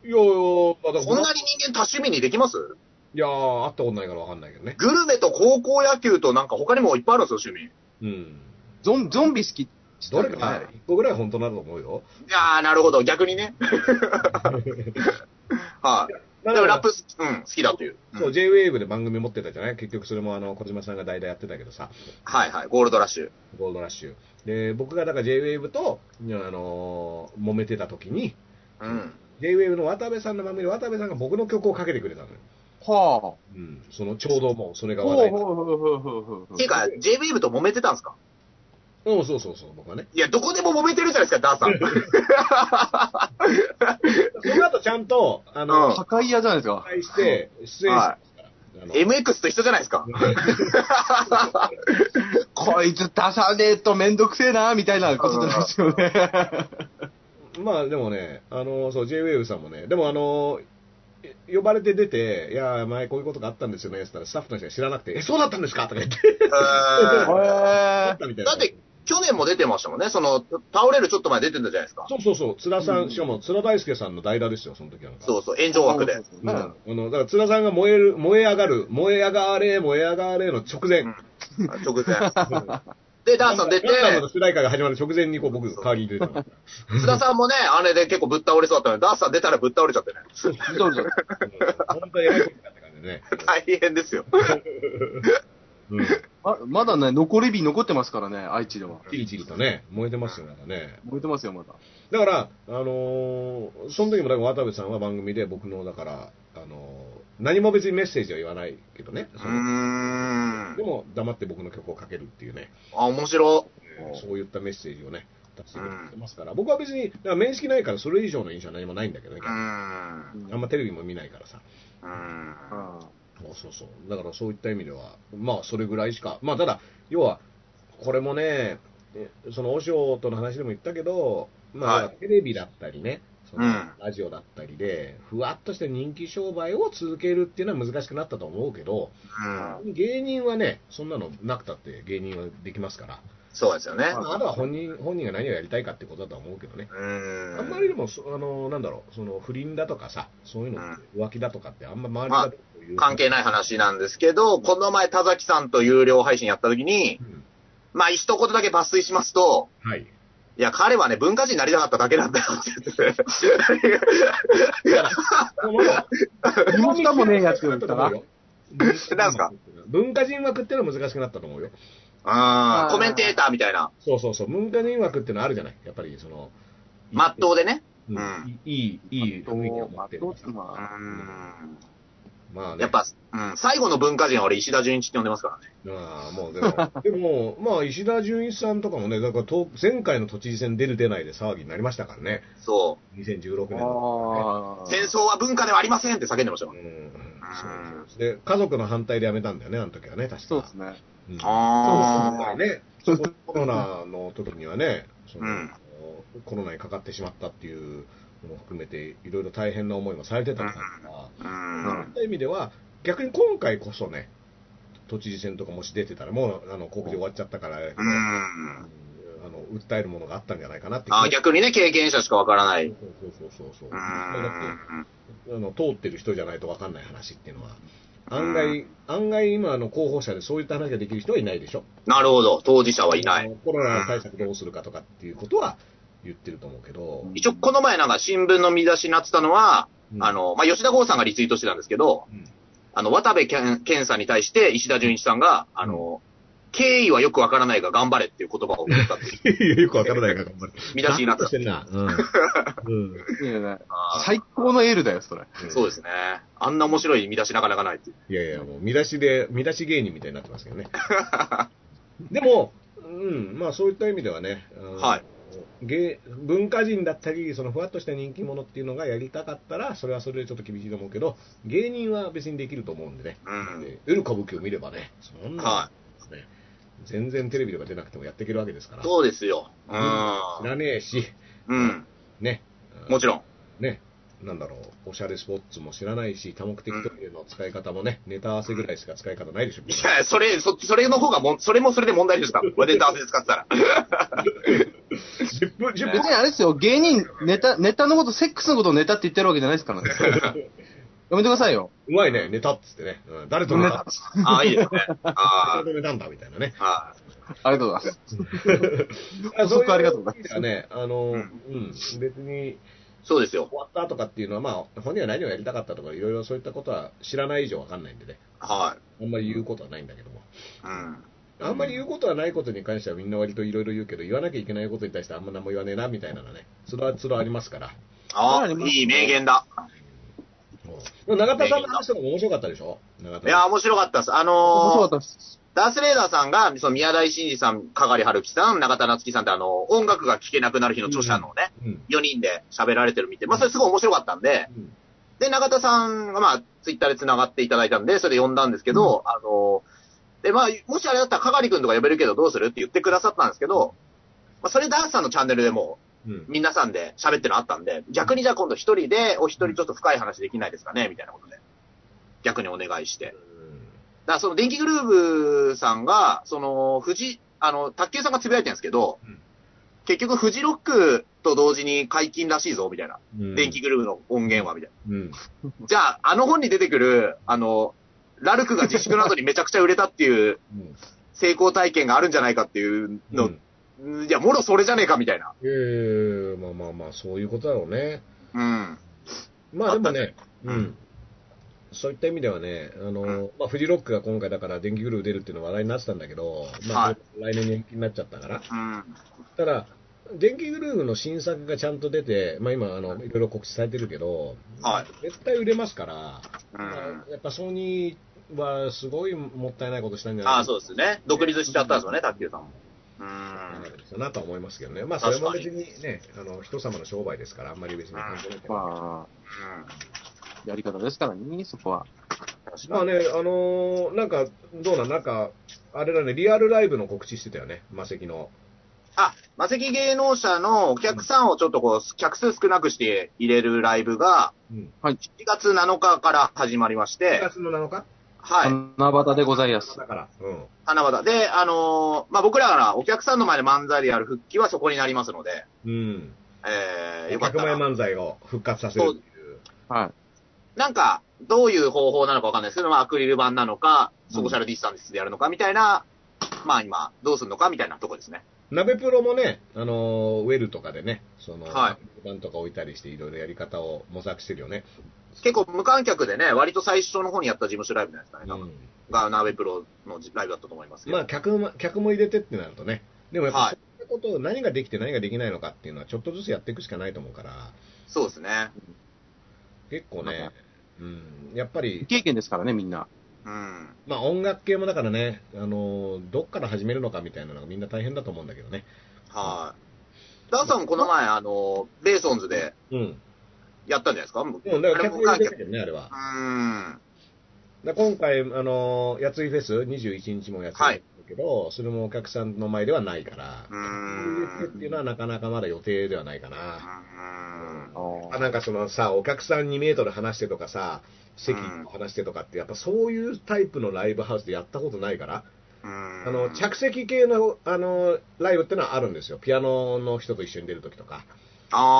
いやいや、まだ
そんなに人間多趣味にできます
いやー、会ったことないからわかんないけどね。
グルメと高校野球となんか他にもいっぱいあるんですよ、趣味。
うん。
ゾンゾンビ好き。
どれか、一個ぐらいは 本当だと思うよ。
いやー、なるほど、逆にね。はい。でもラップ、うん、好きだという。うん
そう、J-Wave で番組持ってたじゃない結局それもあの、小島さんが代々やってたけどさ、
はいはい、ゴールドラッシュ。
ゴールドラッシュ。で、僕がだから J-Wave と、あのー揉めてた時に、
うん。
J-Wave の渡部さんの番組で渡部さんが僕の曲をかけてくれたのよ。
は
うん。その、ちょうどもう、それ
あ。
が話
ほう
題
ほ
になっ
うほうほうほうほうほう
ていうか、JWave と揉めてたんですか
た。うん、そうそうそう、僕はね。
いや、どこでも揉めてるじゃないですか、ダーさ ん。
その後ちゃんと、あ
う
の、
ん
破
破壊屋じゃないですか。
壊して、出演してますから。あの
MX と一緒じゃないです か。
こいつ出さねえとめんどくせえな、みたいなことになりますよね。
まあでもね、あのそう JWAVE さんもね、でもあのえ呼ばれて出て、いやー、前こういうことがあったんですよねって言ったら、スタッフの人が知らなくて、え、そうだったんですかとか言って、
うーん
あ
へ
ったみたいな。
だって、去年も出てましたもんね。その、倒れるちょっと前出てたじゃないですか。
そうそうそう、津田さ
うん
ん、しかも津田大輔さんの代打ですよ、その時なんか。。
そううそう、炎上枠で。
ん、
う
あ
ん
のだから津田さんが燃える、燃え上がる、燃え上がれ、燃え上がれの直前、
うん 直前。
うん
で、ダーさん出て、
ガンダムの主題歌が始まる直前にこう僕、代わりに出て た。
津田さんもね、あれで結構ぶっ倒れそうだったのに、ダーさん出たらぶっ倒れちゃってね。
どう
う
ぞ。
ん本当にやばいことだったからね。
大変ですよ。
うん
ままだね、残り火残ってますからね、愛知では。
チリチリとね、燃えてますよ、なんかね。
燃えてますよ、まだ。
だから、あのーその時もだから渡部さんは番組で僕の、だから、あのー何も別にメッセージは言わないけどね、
う
そ
ー
の
ん
で。も黙って僕の曲をかけるっていうね、
あ、面白。
おう
そういったメッセージをね、出してくれてますから、僕は別に、だから面識ないからそれ以上の印象は何もないんだけどね
う、ーん。
あんまテレビも見ないからさ、
うーん。
そうそうそう、だからそういった意味では、まあそれぐらいしか、まあただ、要は、これもね、えその和尚との話でも言ったけど、まあ、
は
テレビだったりね、その
うん
ラジオだったりで、ふわっとして人気商売を続けるっていうのは難しくなったと思うけど、
うん。
芸人はね、そんなのなくたって芸人はできますから、
そうですよね。
まあ、あとは本人本人が何をやりたいかってことだと思うけどね。
うーん。
あんまりでも、そあのなんだろう、その不倫だとかさ、そういうのって、浮気だとかって、あんま周り
まあ
がどういう
関係ない話なんですけど、この前田崎さんと有料配信やった時に、
うん
まあ一言だけ抜粋しますと、
はい。
いや、彼はね、文化人になりたかっただけなんだよって言 ってて。
この
今蓋もねえやつを言ったな。
なんすか
文化人枠ってのは難しくなったと思うよ。
あ
ー
ーコメンテーターみたいな。
そうそうそう、文化人枠ってのはあるじゃない。やっぱり、その、
まっとうでね。
うん
うん
いい、いい雰囲気を持
ま
っ
あ
てる
どうつ。
うー
ま
ん
まあね。
やっぱ、うん、最後の文化人は俺石田純一って呼んでますからね。
まあ、もうでも、でも、まあ、石田純一さんとかもね、だから東、前回の都知事選出る出ないで騒ぎになりましたからね。
そ
2016
あ
年の、
う。
ー
戦争は文化ではありませんって叫んでましたも。
うんん。そうそうで、家族の反対で辞めたんだよね、あの時はね、確か。
そうですね。
うん今
あ
回ね、
そう
コロナの時にはね、その
うん
コロナにかかってしまったっていうのを含めて、いろいろ大変な思いもされてたから、
ー。う
そうんいっ。た意味では、逆に今回こそね、都知事選とかもし出てたら、もうあの告示終わっちゃったから、うん
う
あ
ん。
の訴えるものがあったんじゃないかなって
あー逆にね、経験者しかわからない。う
そうそうそうそうそう、
ー
だって
ん。
あの通ってる人じゃないと分かんない話っていうのは、案外、案外今あの候補者でそういった話ができる人はいないでしょ。
なるほど。当事者はいな
あ
い。
のコロナ対策どうするかとかっていうことは言ってると思うけど、
一応、この前なんか新聞の見出しになってたのは、
うん
あ、の、まあ、吉田剛さんがリツイートしてたんですけど、
うん
あの、渡部健健さんに対して石田純一さんが、あの、経緯はよくわからないが頑張れっていう言葉を送ったっていう
よくわからないから頑張る。
見出しになって
ざっと
た
し。てんな。うん。うん
いいよね
あ
最高のエールだよ、それ。
ー そうですね。あんな面白い見出しなかなかないっていう。
いやいや、もう見出しで、見出し芸人みたいになってますけどね。でも、うん、まあそういった意味ではね、うん
はい
芸文化人だったり、そのふわっとした人気者っていうのがやりたかったら、それはそれでちょっと厳しいと思うけど、芸人は別にできると思うんでね、
うん。
で夜歌舞伎を見ればね、そんな、
は
ね全然テレビとか出なくてもやっていけるわけですから、
そうですよ。う
知ら
ん。
ねえし、
うん。
ね、
もちろん。
ね、なんだろう、おしゃれスポッツも知らないし、多目的トイレの使い方もね、ネタ合わせぐらいしか使い方ないでしょ、
いや、それ、そ、それの方がもん、それもそれで問題ですか。これで男性使ってたら。
10分、10
別にあれですよ、芸人、ネタ、ネタのこと、セックスのことをネタって言ってるわけじゃないで すからね。やめてくださいよ。
うまいね、ネタっつってね、うん誰とネタ、
ああ、いいですね。あ
誰とネタんだみたいなね。
あ、あ
ありがとうございます。
あ
補足ありがとうございます
そういう意味ではね、あの、うん
う
ん、別に、
そうですよ。
終わったとかっていうのは、まあ、本人は何をやりたかったとか、いろいろそういったことは知らない以上わかんないんでね、
は
あんまり言うことはないんだけども。
い。うん。
あんまり言うことはないことに関してはみんな割といろいろ言うけど、言わなきゃいけないことに対してあんま何も言わねえなみたいなのはね、それはそれはありますから。
あ
ありますね
いい名言だ。
でも永田さんの話とかも面白かったでしょ永
い
田
や、
さ
面白かったです。あ
面白
のー
かったです。
ダースレーダーさんが、その宮台真司さん、かがりはるきさん、中田夏樹さんって、あの、音楽が聴けなくなる日の著者のね、
ん。うん。
4人で喋られてる見て、まあ、それすごい面白かったんで、で、中田さんが、まあ、ツイッターで繋がっていただいたんで、それで呼んだんですけど、あのーで、まあ、もしあれだったら、かがりくんとか呼べるけどどうするって言ってくださったんですけど、まあ、それダースさんのチャンネルでも
うん。
皆さんで喋ってるのあったんで、逆にじゃあ今度一人で、お一人ちょっと深い話できないですかねみたいなことで。逆にお願いして。だからその電気グルーブさんが、その、富士、あの、卓球さんがつぶやいてるんですけど、
うん
結局富士ロックと同時に解禁らしいぞ、みたいな。
うん
電気。グルーブの音源は、みたい
うん。
な。じゃあ、あの本に出てくる、あの、ラルクが自粛の後にめちゃくちゃ売れたっていう
うん
成功体験があるんじゃないかっていう
う
の
ん、
いや、もろそれじゃねえか、みたいな。
えーまあまあまあ、そういうことだろうね。
うん。
まあでもね、う
あったね
ん。そういった意味ではね、あの、
うん
まあ、フジロックが今回だから電気グルー出るっていうのは話題になってたんだけど、まあ、
はい
来年に延期になっちゃったから。
うん。
ただ、電気グルーヴの新作がちゃんと出て、まあ、今あの、いろいろ告知されてるけど、
はい
絶対売れますから、
うん。
やっぱソニーはすごいもったいないことしたんじゃない
ああ、そうですね。独立しちゃったんですよね、卓球さんも。う
なん
ん。
ですよなとは思いますけどね、まあ、それも
確
別
か
にね、あの人様の商売ですから、あんまり別に関係ないけど、
まあ、やり方ですからね、そこは。
まあね、あのーなんか、どうなん、なんか、あれだね、リアルライブの告知してたよね、魔石の。
あ、マセキ芸能者のお客さんをちょっとこう、客数少なくして入れるライブが、
うん、
7月7日から始まりまし
7
て、
月の7日
はい。
七夕でございます。
だから、うん、
花形で、あのーまあ、僕らがお客さんの前で漫才でやる復帰はそこになりますので、
うん、
えー、よかっ
100
た
枚
ら。
漫才を復活させるっていう。
は
なんか、どういう方法なのかわかんないですけど、まあ、アクリル板なのか、ソーシャルディスタンスでやるのかみたいな、まあ今、どうするのかみたいなとこですね。
鍋プロもね、あのーウェルとかでね、その、
は
盤とか置いたりして、いろいろやり方を模索してるよね。
結構無観客でね、割と最初の方にやった事務所ライブじゃないですかね。多
う
分
ん
が、ナーベプロのライブだったと思いますけど。
まあ客も、客も入れてってなるとね、でもやっ
は
ぱ
い
そういったことを何ができて何ができないのかっていうのは、ちょっとずつやっていくしかないと思うから、
そうですね。
結構
ま
ね
あ、
うん、やっぱ
い。
り
未、経験ですからね、みんな。
うん。
まあ音楽系もだからね、あのーどっから始めるのかみたいなのがみんな大変だと思うんだけどね。
はい。ダンさんもこの前、あの、ベーソンズで
うん。
やったんじゃないですかもう
うん、だから
あ
客
れ
入れてるけどね、あれは
う。ん。
だから今回、あのーやついフェス、21日もやついフェスだけど、それもお客さんの前ではないから、
う
入れてっ
ん。
ていうのはなかなかまだ予定ではないかな。
うん
あなんかそのさ、お客さん2メートル離してとかさ、席離してとかって、やっぱそういうタイプのライブハウスでやったことないから、あの着席系のあのライブってのはあるんですよ、ピアノの人と一緒に出るときとか、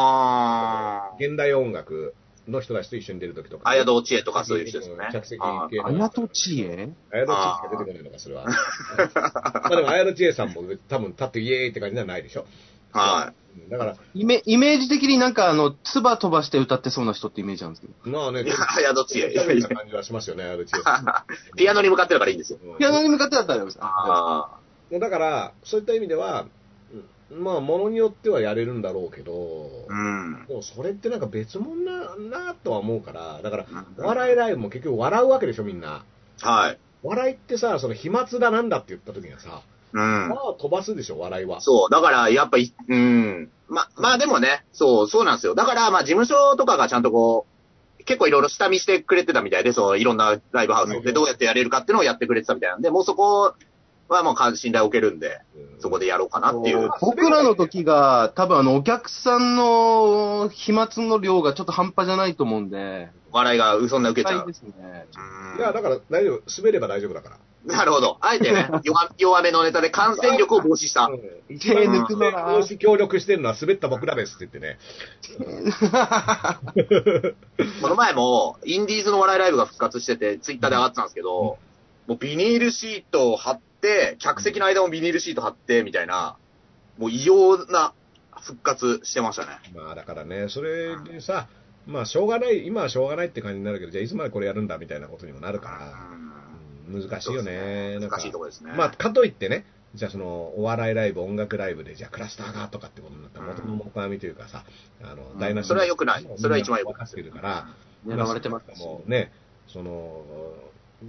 あー。
現代音楽の人たちと一緒に出るときとか、
あやどうちえとかそういう人ですよね。
着席
あー
系の
あやとちえ
あやどちえしか出てこないのか、それ は。まあでも、あやどちえさんも多分立ってイエーイって感じではないでしょ。
はい。
うんだから、
イメイメージ的になんかあの、唾飛ばして歌ってそうな人ってイメージなんですけど。
まあね、
い や、あやどちえ。
みた いな感じはしますよね、あやどちえさん。
ピアノに向かってるからいいんですよ。
うん
ピアノに向かってだったらダメです。あ
あ
もうだから、そういった意味では、うんまあ、ものによってはやれるんだろうけど
ー。、うん。
でもそれってなんか別物ななとは思うから、だから、お
はい。
笑いライブも結局笑うわけでしょ、みんな。笑いってさ、その飛沫だなんだって言った時にはさ、
うん
ま。あ飛ばすでしょ、笑いは。
そう。だから、やっぱい、うん。ま、まあでもね、そう、そうなんですよ。だから、まあ事務所とかがちゃんとこう、結構いろいろ下見してくれてたみたいで、そう、いろんなライブハウスをでどうやってやれるかっていうのをやってくれてたみたいなんで、もうそこはもう関信頼を受けるんで、
うん
そこでやろうかなっていう。
僕らの時が、多分あの、お客さんの飛沫の量がちょっと半端じゃないと思うんで、
笑いがそんな受けちゃ
大
う
で。すね。
うん
いや、だから大丈夫、滑れば大丈夫だから。
なるほど。あえてね、弱弱めのネタで感染力を防止した。
手抜くなら
も、し協力してるのは滑った僕らですって言ってね。
この前も、インディーズの笑いライブが復活してて、ツイッターで上がってたんですけど、もうビニールシートを貼って、客席の間もビニールシート貼って、みたいな、もう異様な復活してましたね。
まあだからね、それでさ、まあしょうがない、今はしょうがないって感じになるけど、じゃあいつまでこれやるんだみたいなことにもなるから、うん難しいよね。なんか
難しいとこですね。
まあかといってね、じゃあそのお笑いライブ、音楽ライブで、じゃあクラスターがとかってことになったら、
うん
元の目みというかさ、あの、
うん
台無し
それは良くないそれは一番良く
分
ない
かってるから、
狙われてますし。
もうね、その、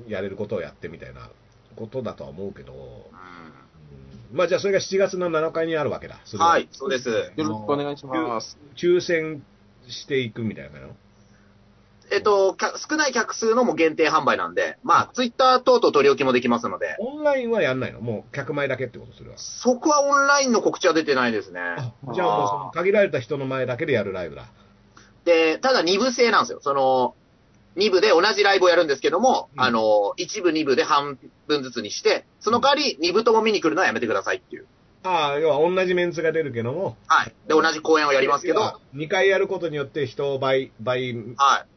やれることをやってみたいなことだとは思うけど、うんまあじゃあそれが7月の7日にあるわけだ。それ
はい、はい、そうです。
よろしくお願いします。
抽選していくみたいなの
えっと、客少ない客数のも限定販売なんで、まあ、ツイッター等々取り置きもできますので、
オンラインはやんないのもう客前だけってことするわ。
そこはオンラインの告知は出てないですね。
あじゃあもうその限られた人の前だけでやるライブだ。
で、ただ2部制なんですよ。その、2部で同じライブをやるんですけども、
うん
あの、1部2部で半分ずつにして、その代わり2部とも見に来るのはやめてくださいっていう。
ああ、要は同じメンツが出るけども、
はい。で、同じ公演をやりますけど、は
2回やることによって人を倍、倍、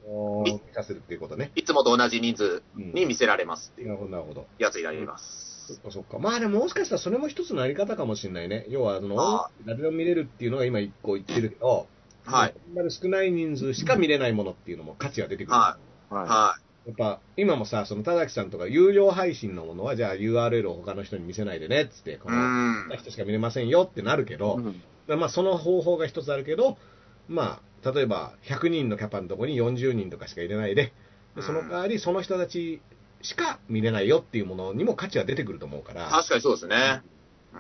おー
い
見させるっていうことね。
い。いつもと同じ人数
うん
に見せられますってい
なる
う
ほど、なるほど。
やつになります。
そっかそっか。まあでももしかしたらそれも一つのやり方かもしれないね。要は、その、
あ
誰でも見れるっていうのが今一個言ってるけど、
はい。。
そんなに少ない人数しか見れないものっていうのも価値が出てくる。
は
は
は
やっぱ、今もさ、その田崎さんとか有料配信のものは、じゃあ URL を他の人に見せないでね、つって、
い。
こ
う
の、
ん。
人しか見れませんよってなるけ
い。
ど
う、ん
まあその方法が一つあるけど、まあ、例えば100人のキャパのとこに40人とかしか入れないで、でその代わりその人たちしか見れないよっていうものにも価値は出てくると思うから、
確かにそうですね。うん。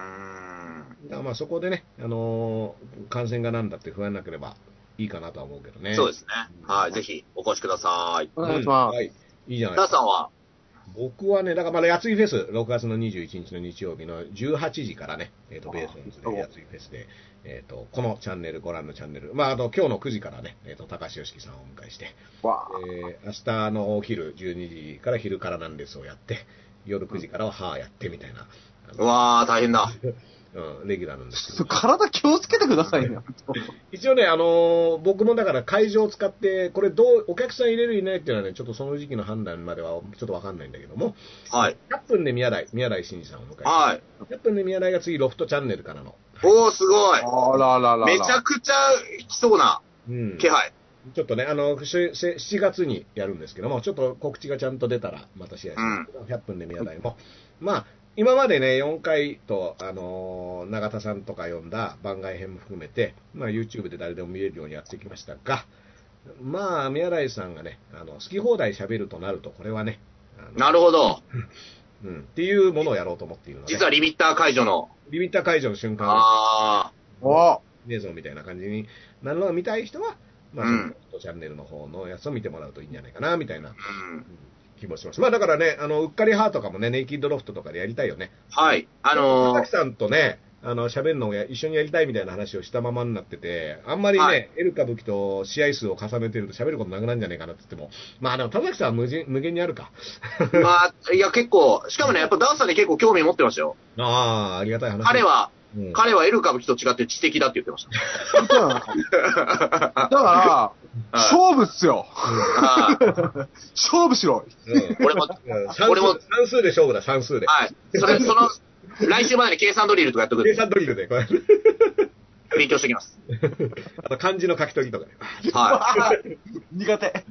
だからまあそこでね、あのー感染がなんだって不安なければいいかなとは思うけどね。。
そうですすね。はい。ぜひお越しください。
お願いしま
はい。いいじゃないで
ダ
す
ー
か。
さんは、
僕はね、だからまだやついフェス、6月の21日の日曜日の18時からね、えっ、と、ベースンズでやついフェスで、えっ、と、このチャンネル、ご覧のチャンネル、まあ、あと今日の9時からね、えっ、と、高橋よしきさんをお迎えして、
す。わあ
えー明日のお昼12時から昼からなんですをやって、夜9時からははあやってみたいな、あ
う
の
わー、大変だ。
うん、レギュラーなんですけど。
体気をつけてくださいね。
一応ね、あのー僕もだから会場を使って、これどう、お客さん入れる入れないっていうのはね、ちょっとその時期の判断まではちょっとわかんないんだけども、
はい。
100分で宮台、宮台真司さんを迎えて、
はい。
100分で宮台が次ロフトチャンネルからの、
おー、すごい。
あらららら。
めちゃくちゃ来そうな
うん、
気配。
ちょっとね、あの、しし7月にやるんですけども、ちょっと告知がちゃんと出たら、また試合しますけど、100分で宮台も。まあ、今までね、4回と、あのー永田さんとか呼んだ番外編も含めて、まあ、YouTube で誰でも見れるようにやってきましたが、まあ、宮台さんがね、あの好き放題喋るとなると、これはね、あの
なるほど。
うん、っていうものをやろうと思っているので、
実はリミッター解除の。
リミッター解除の瞬間、
あ
お
ねえぞみたいな感じになるのを見たい人は、まあ、
うん
そのチャンネルの方のやつを見てもらうといいんじゃないかな、みたいな
あ。うん。
気もします。まあだからね、あの、うっかりハートとかもね、ネイキッドロフトとかでやりたいよね。
はい。あ
田
のー
崎、さんとね、あの、喋るのをや一緒にやりたいみたいな話をしたままになってて、あんまりね、
はい
エルカ武器と試合数を重ねてると喋ることなくなるんじゃないかなって言っても、まあでも田崎さんは無限無限にあるか。
まあ、いや結構、しかもね、やっぱダンサーで結構興味持ってましたよ。
ああ、ありがたい話。
彼、は、
うん、
彼はエル歌舞伎と違って知的だって言ってまし
だから、
た。はい
勝負っすよ。
はい
勝負しろ。
うん
俺も、
うん算
俺も
数算数で勝負だ、算数で。
はい。それ、その、来週までに計算ドリルとかやっとくん
計
で、
算ドリルで、これ。
勉強してきます。
あと漢字の書き取りとかね。
は
苦手。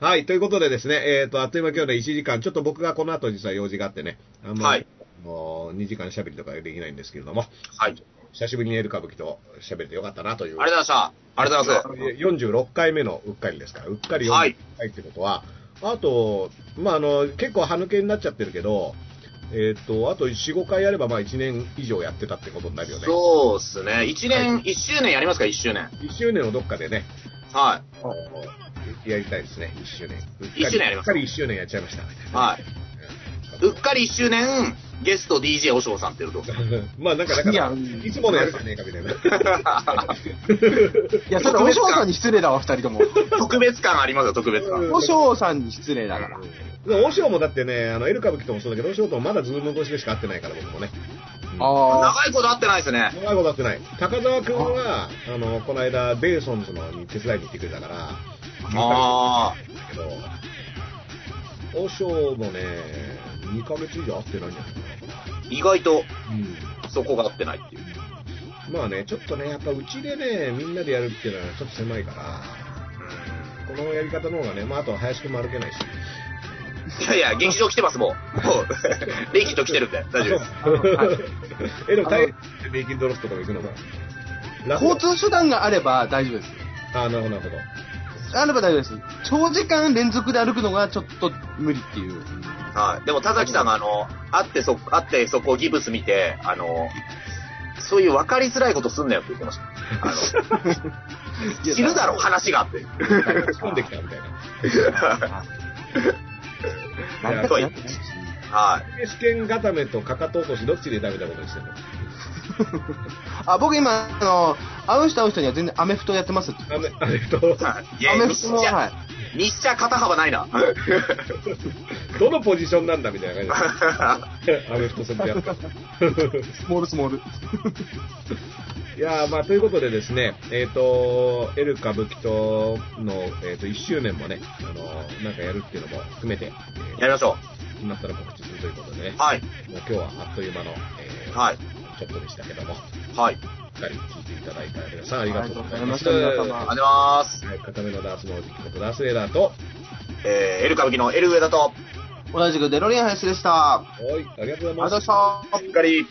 はい、ということでですね、えっ、と、あっという間今日で1時間、ちょっと僕がこの後実は用事があってね、あんまり、もう2時間喋りとかできないんですけれども、
い。はい。ありがとう
久しぶりにエル歌舞伎と喋れてよかったなという。
ございました。ありがとうございます。
46回目のうっかりですから、うっかり
はい
46回ってことは、あと、まあ、あの、結構歯抜けになっちゃってるけど、えっ、と、あと4、5回やれば、まあ1年以上やってたってことになるよね。
そうっすね。一年、一周年やりますか、一周年。
1周年をどっかでね、
は
あのやりたいですね、1周年。うっかり
一周年やり
うっ
ます
かり1周年やっちゃいました、みたい
い。
な。
はい。
うん
うっかり一周年、ゲスト DJ おしょうさんっていうのどうですか
まあなんかだか
いや
ら、いつものやつじゃねえかみたいな。
いや、それ、お嬢さんに失礼だわ、二人とも。
特別感ありますよ、特別感。
お嬢さんに失礼だから。
王将もだってね、あの、エル歌舞伎ともそうだけど、王将ともまだズーム越しでしか会ってないから、僕もね。
あ
長いこと会ってないですね。
長いこと会ってない。高澤くんは、あの、この間、ベーソンズのに手伝いに行ってくれたから、
あ
だけど、王将もね、2ヶ月以上会ってないんじゃないか
あ、意外と
な。
そこが合ってないっていう。
まあね、ちょっとね、やっぱうちでね、みんなでやるっていうのはちょっと狭いから、このやり方の方がね、まああと林くんも歩けないし。
いやいや、劇場来てます、 もう。もう、レイキッド来てるんで、大丈夫です。
え、でも大変ですね、メイキンドロスとかも行くのも。
交通手段があれば大丈夫です。
あ、なるほど、なるほど。
あれば大丈夫です。長時間連続で歩くのがちょっと無理っていう。
はい。でも、田崎さんが、あの、会ってそ、会ってそこギブス見て、あの、そういう分かりづらいことすんなよって言ってました。あ の、いるだろ、話がって。
突っ込んできたみたいな。
なんとか言っては
試験固めとかかと落とし、どっちでダメなことにしてるの
あ、僕今、あの、会う人会う人には全然アメフトやってますって。
あめ、あめと
い。、はい。い
ア
や、
メ
日
フトも、
射、
はい。
日射肩幅ない な。
どのポジションなんだみたいな感じで。アメフト戦でやった。
スモールスモール。
いやーまあということでですね、えっ、と、エル歌舞伎町の、えー、と1周年もね、あのーなんかやるっていうのも含めて、えー
やりましょ
決まったら告知するということでね
う。、はい。
もう今日はあっという間の、えー
はい。
ちょっとでしたけども、し
はい。
っかり聞いていただいた皆さんありがとうございます。
ありがとうございまし
ありがとうござ
た皆様
います。
はい、片目のダースの実ことダースレーダーと、
えー、エル歌舞伎のエル上だと、
同じくデロリアン林でした。あ
はい、ありがとうございうま
りがとございまし
す。
た。
しっかり。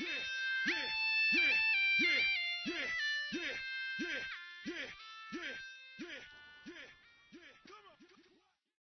Yeah, yeah, yeah, yeah, yeah.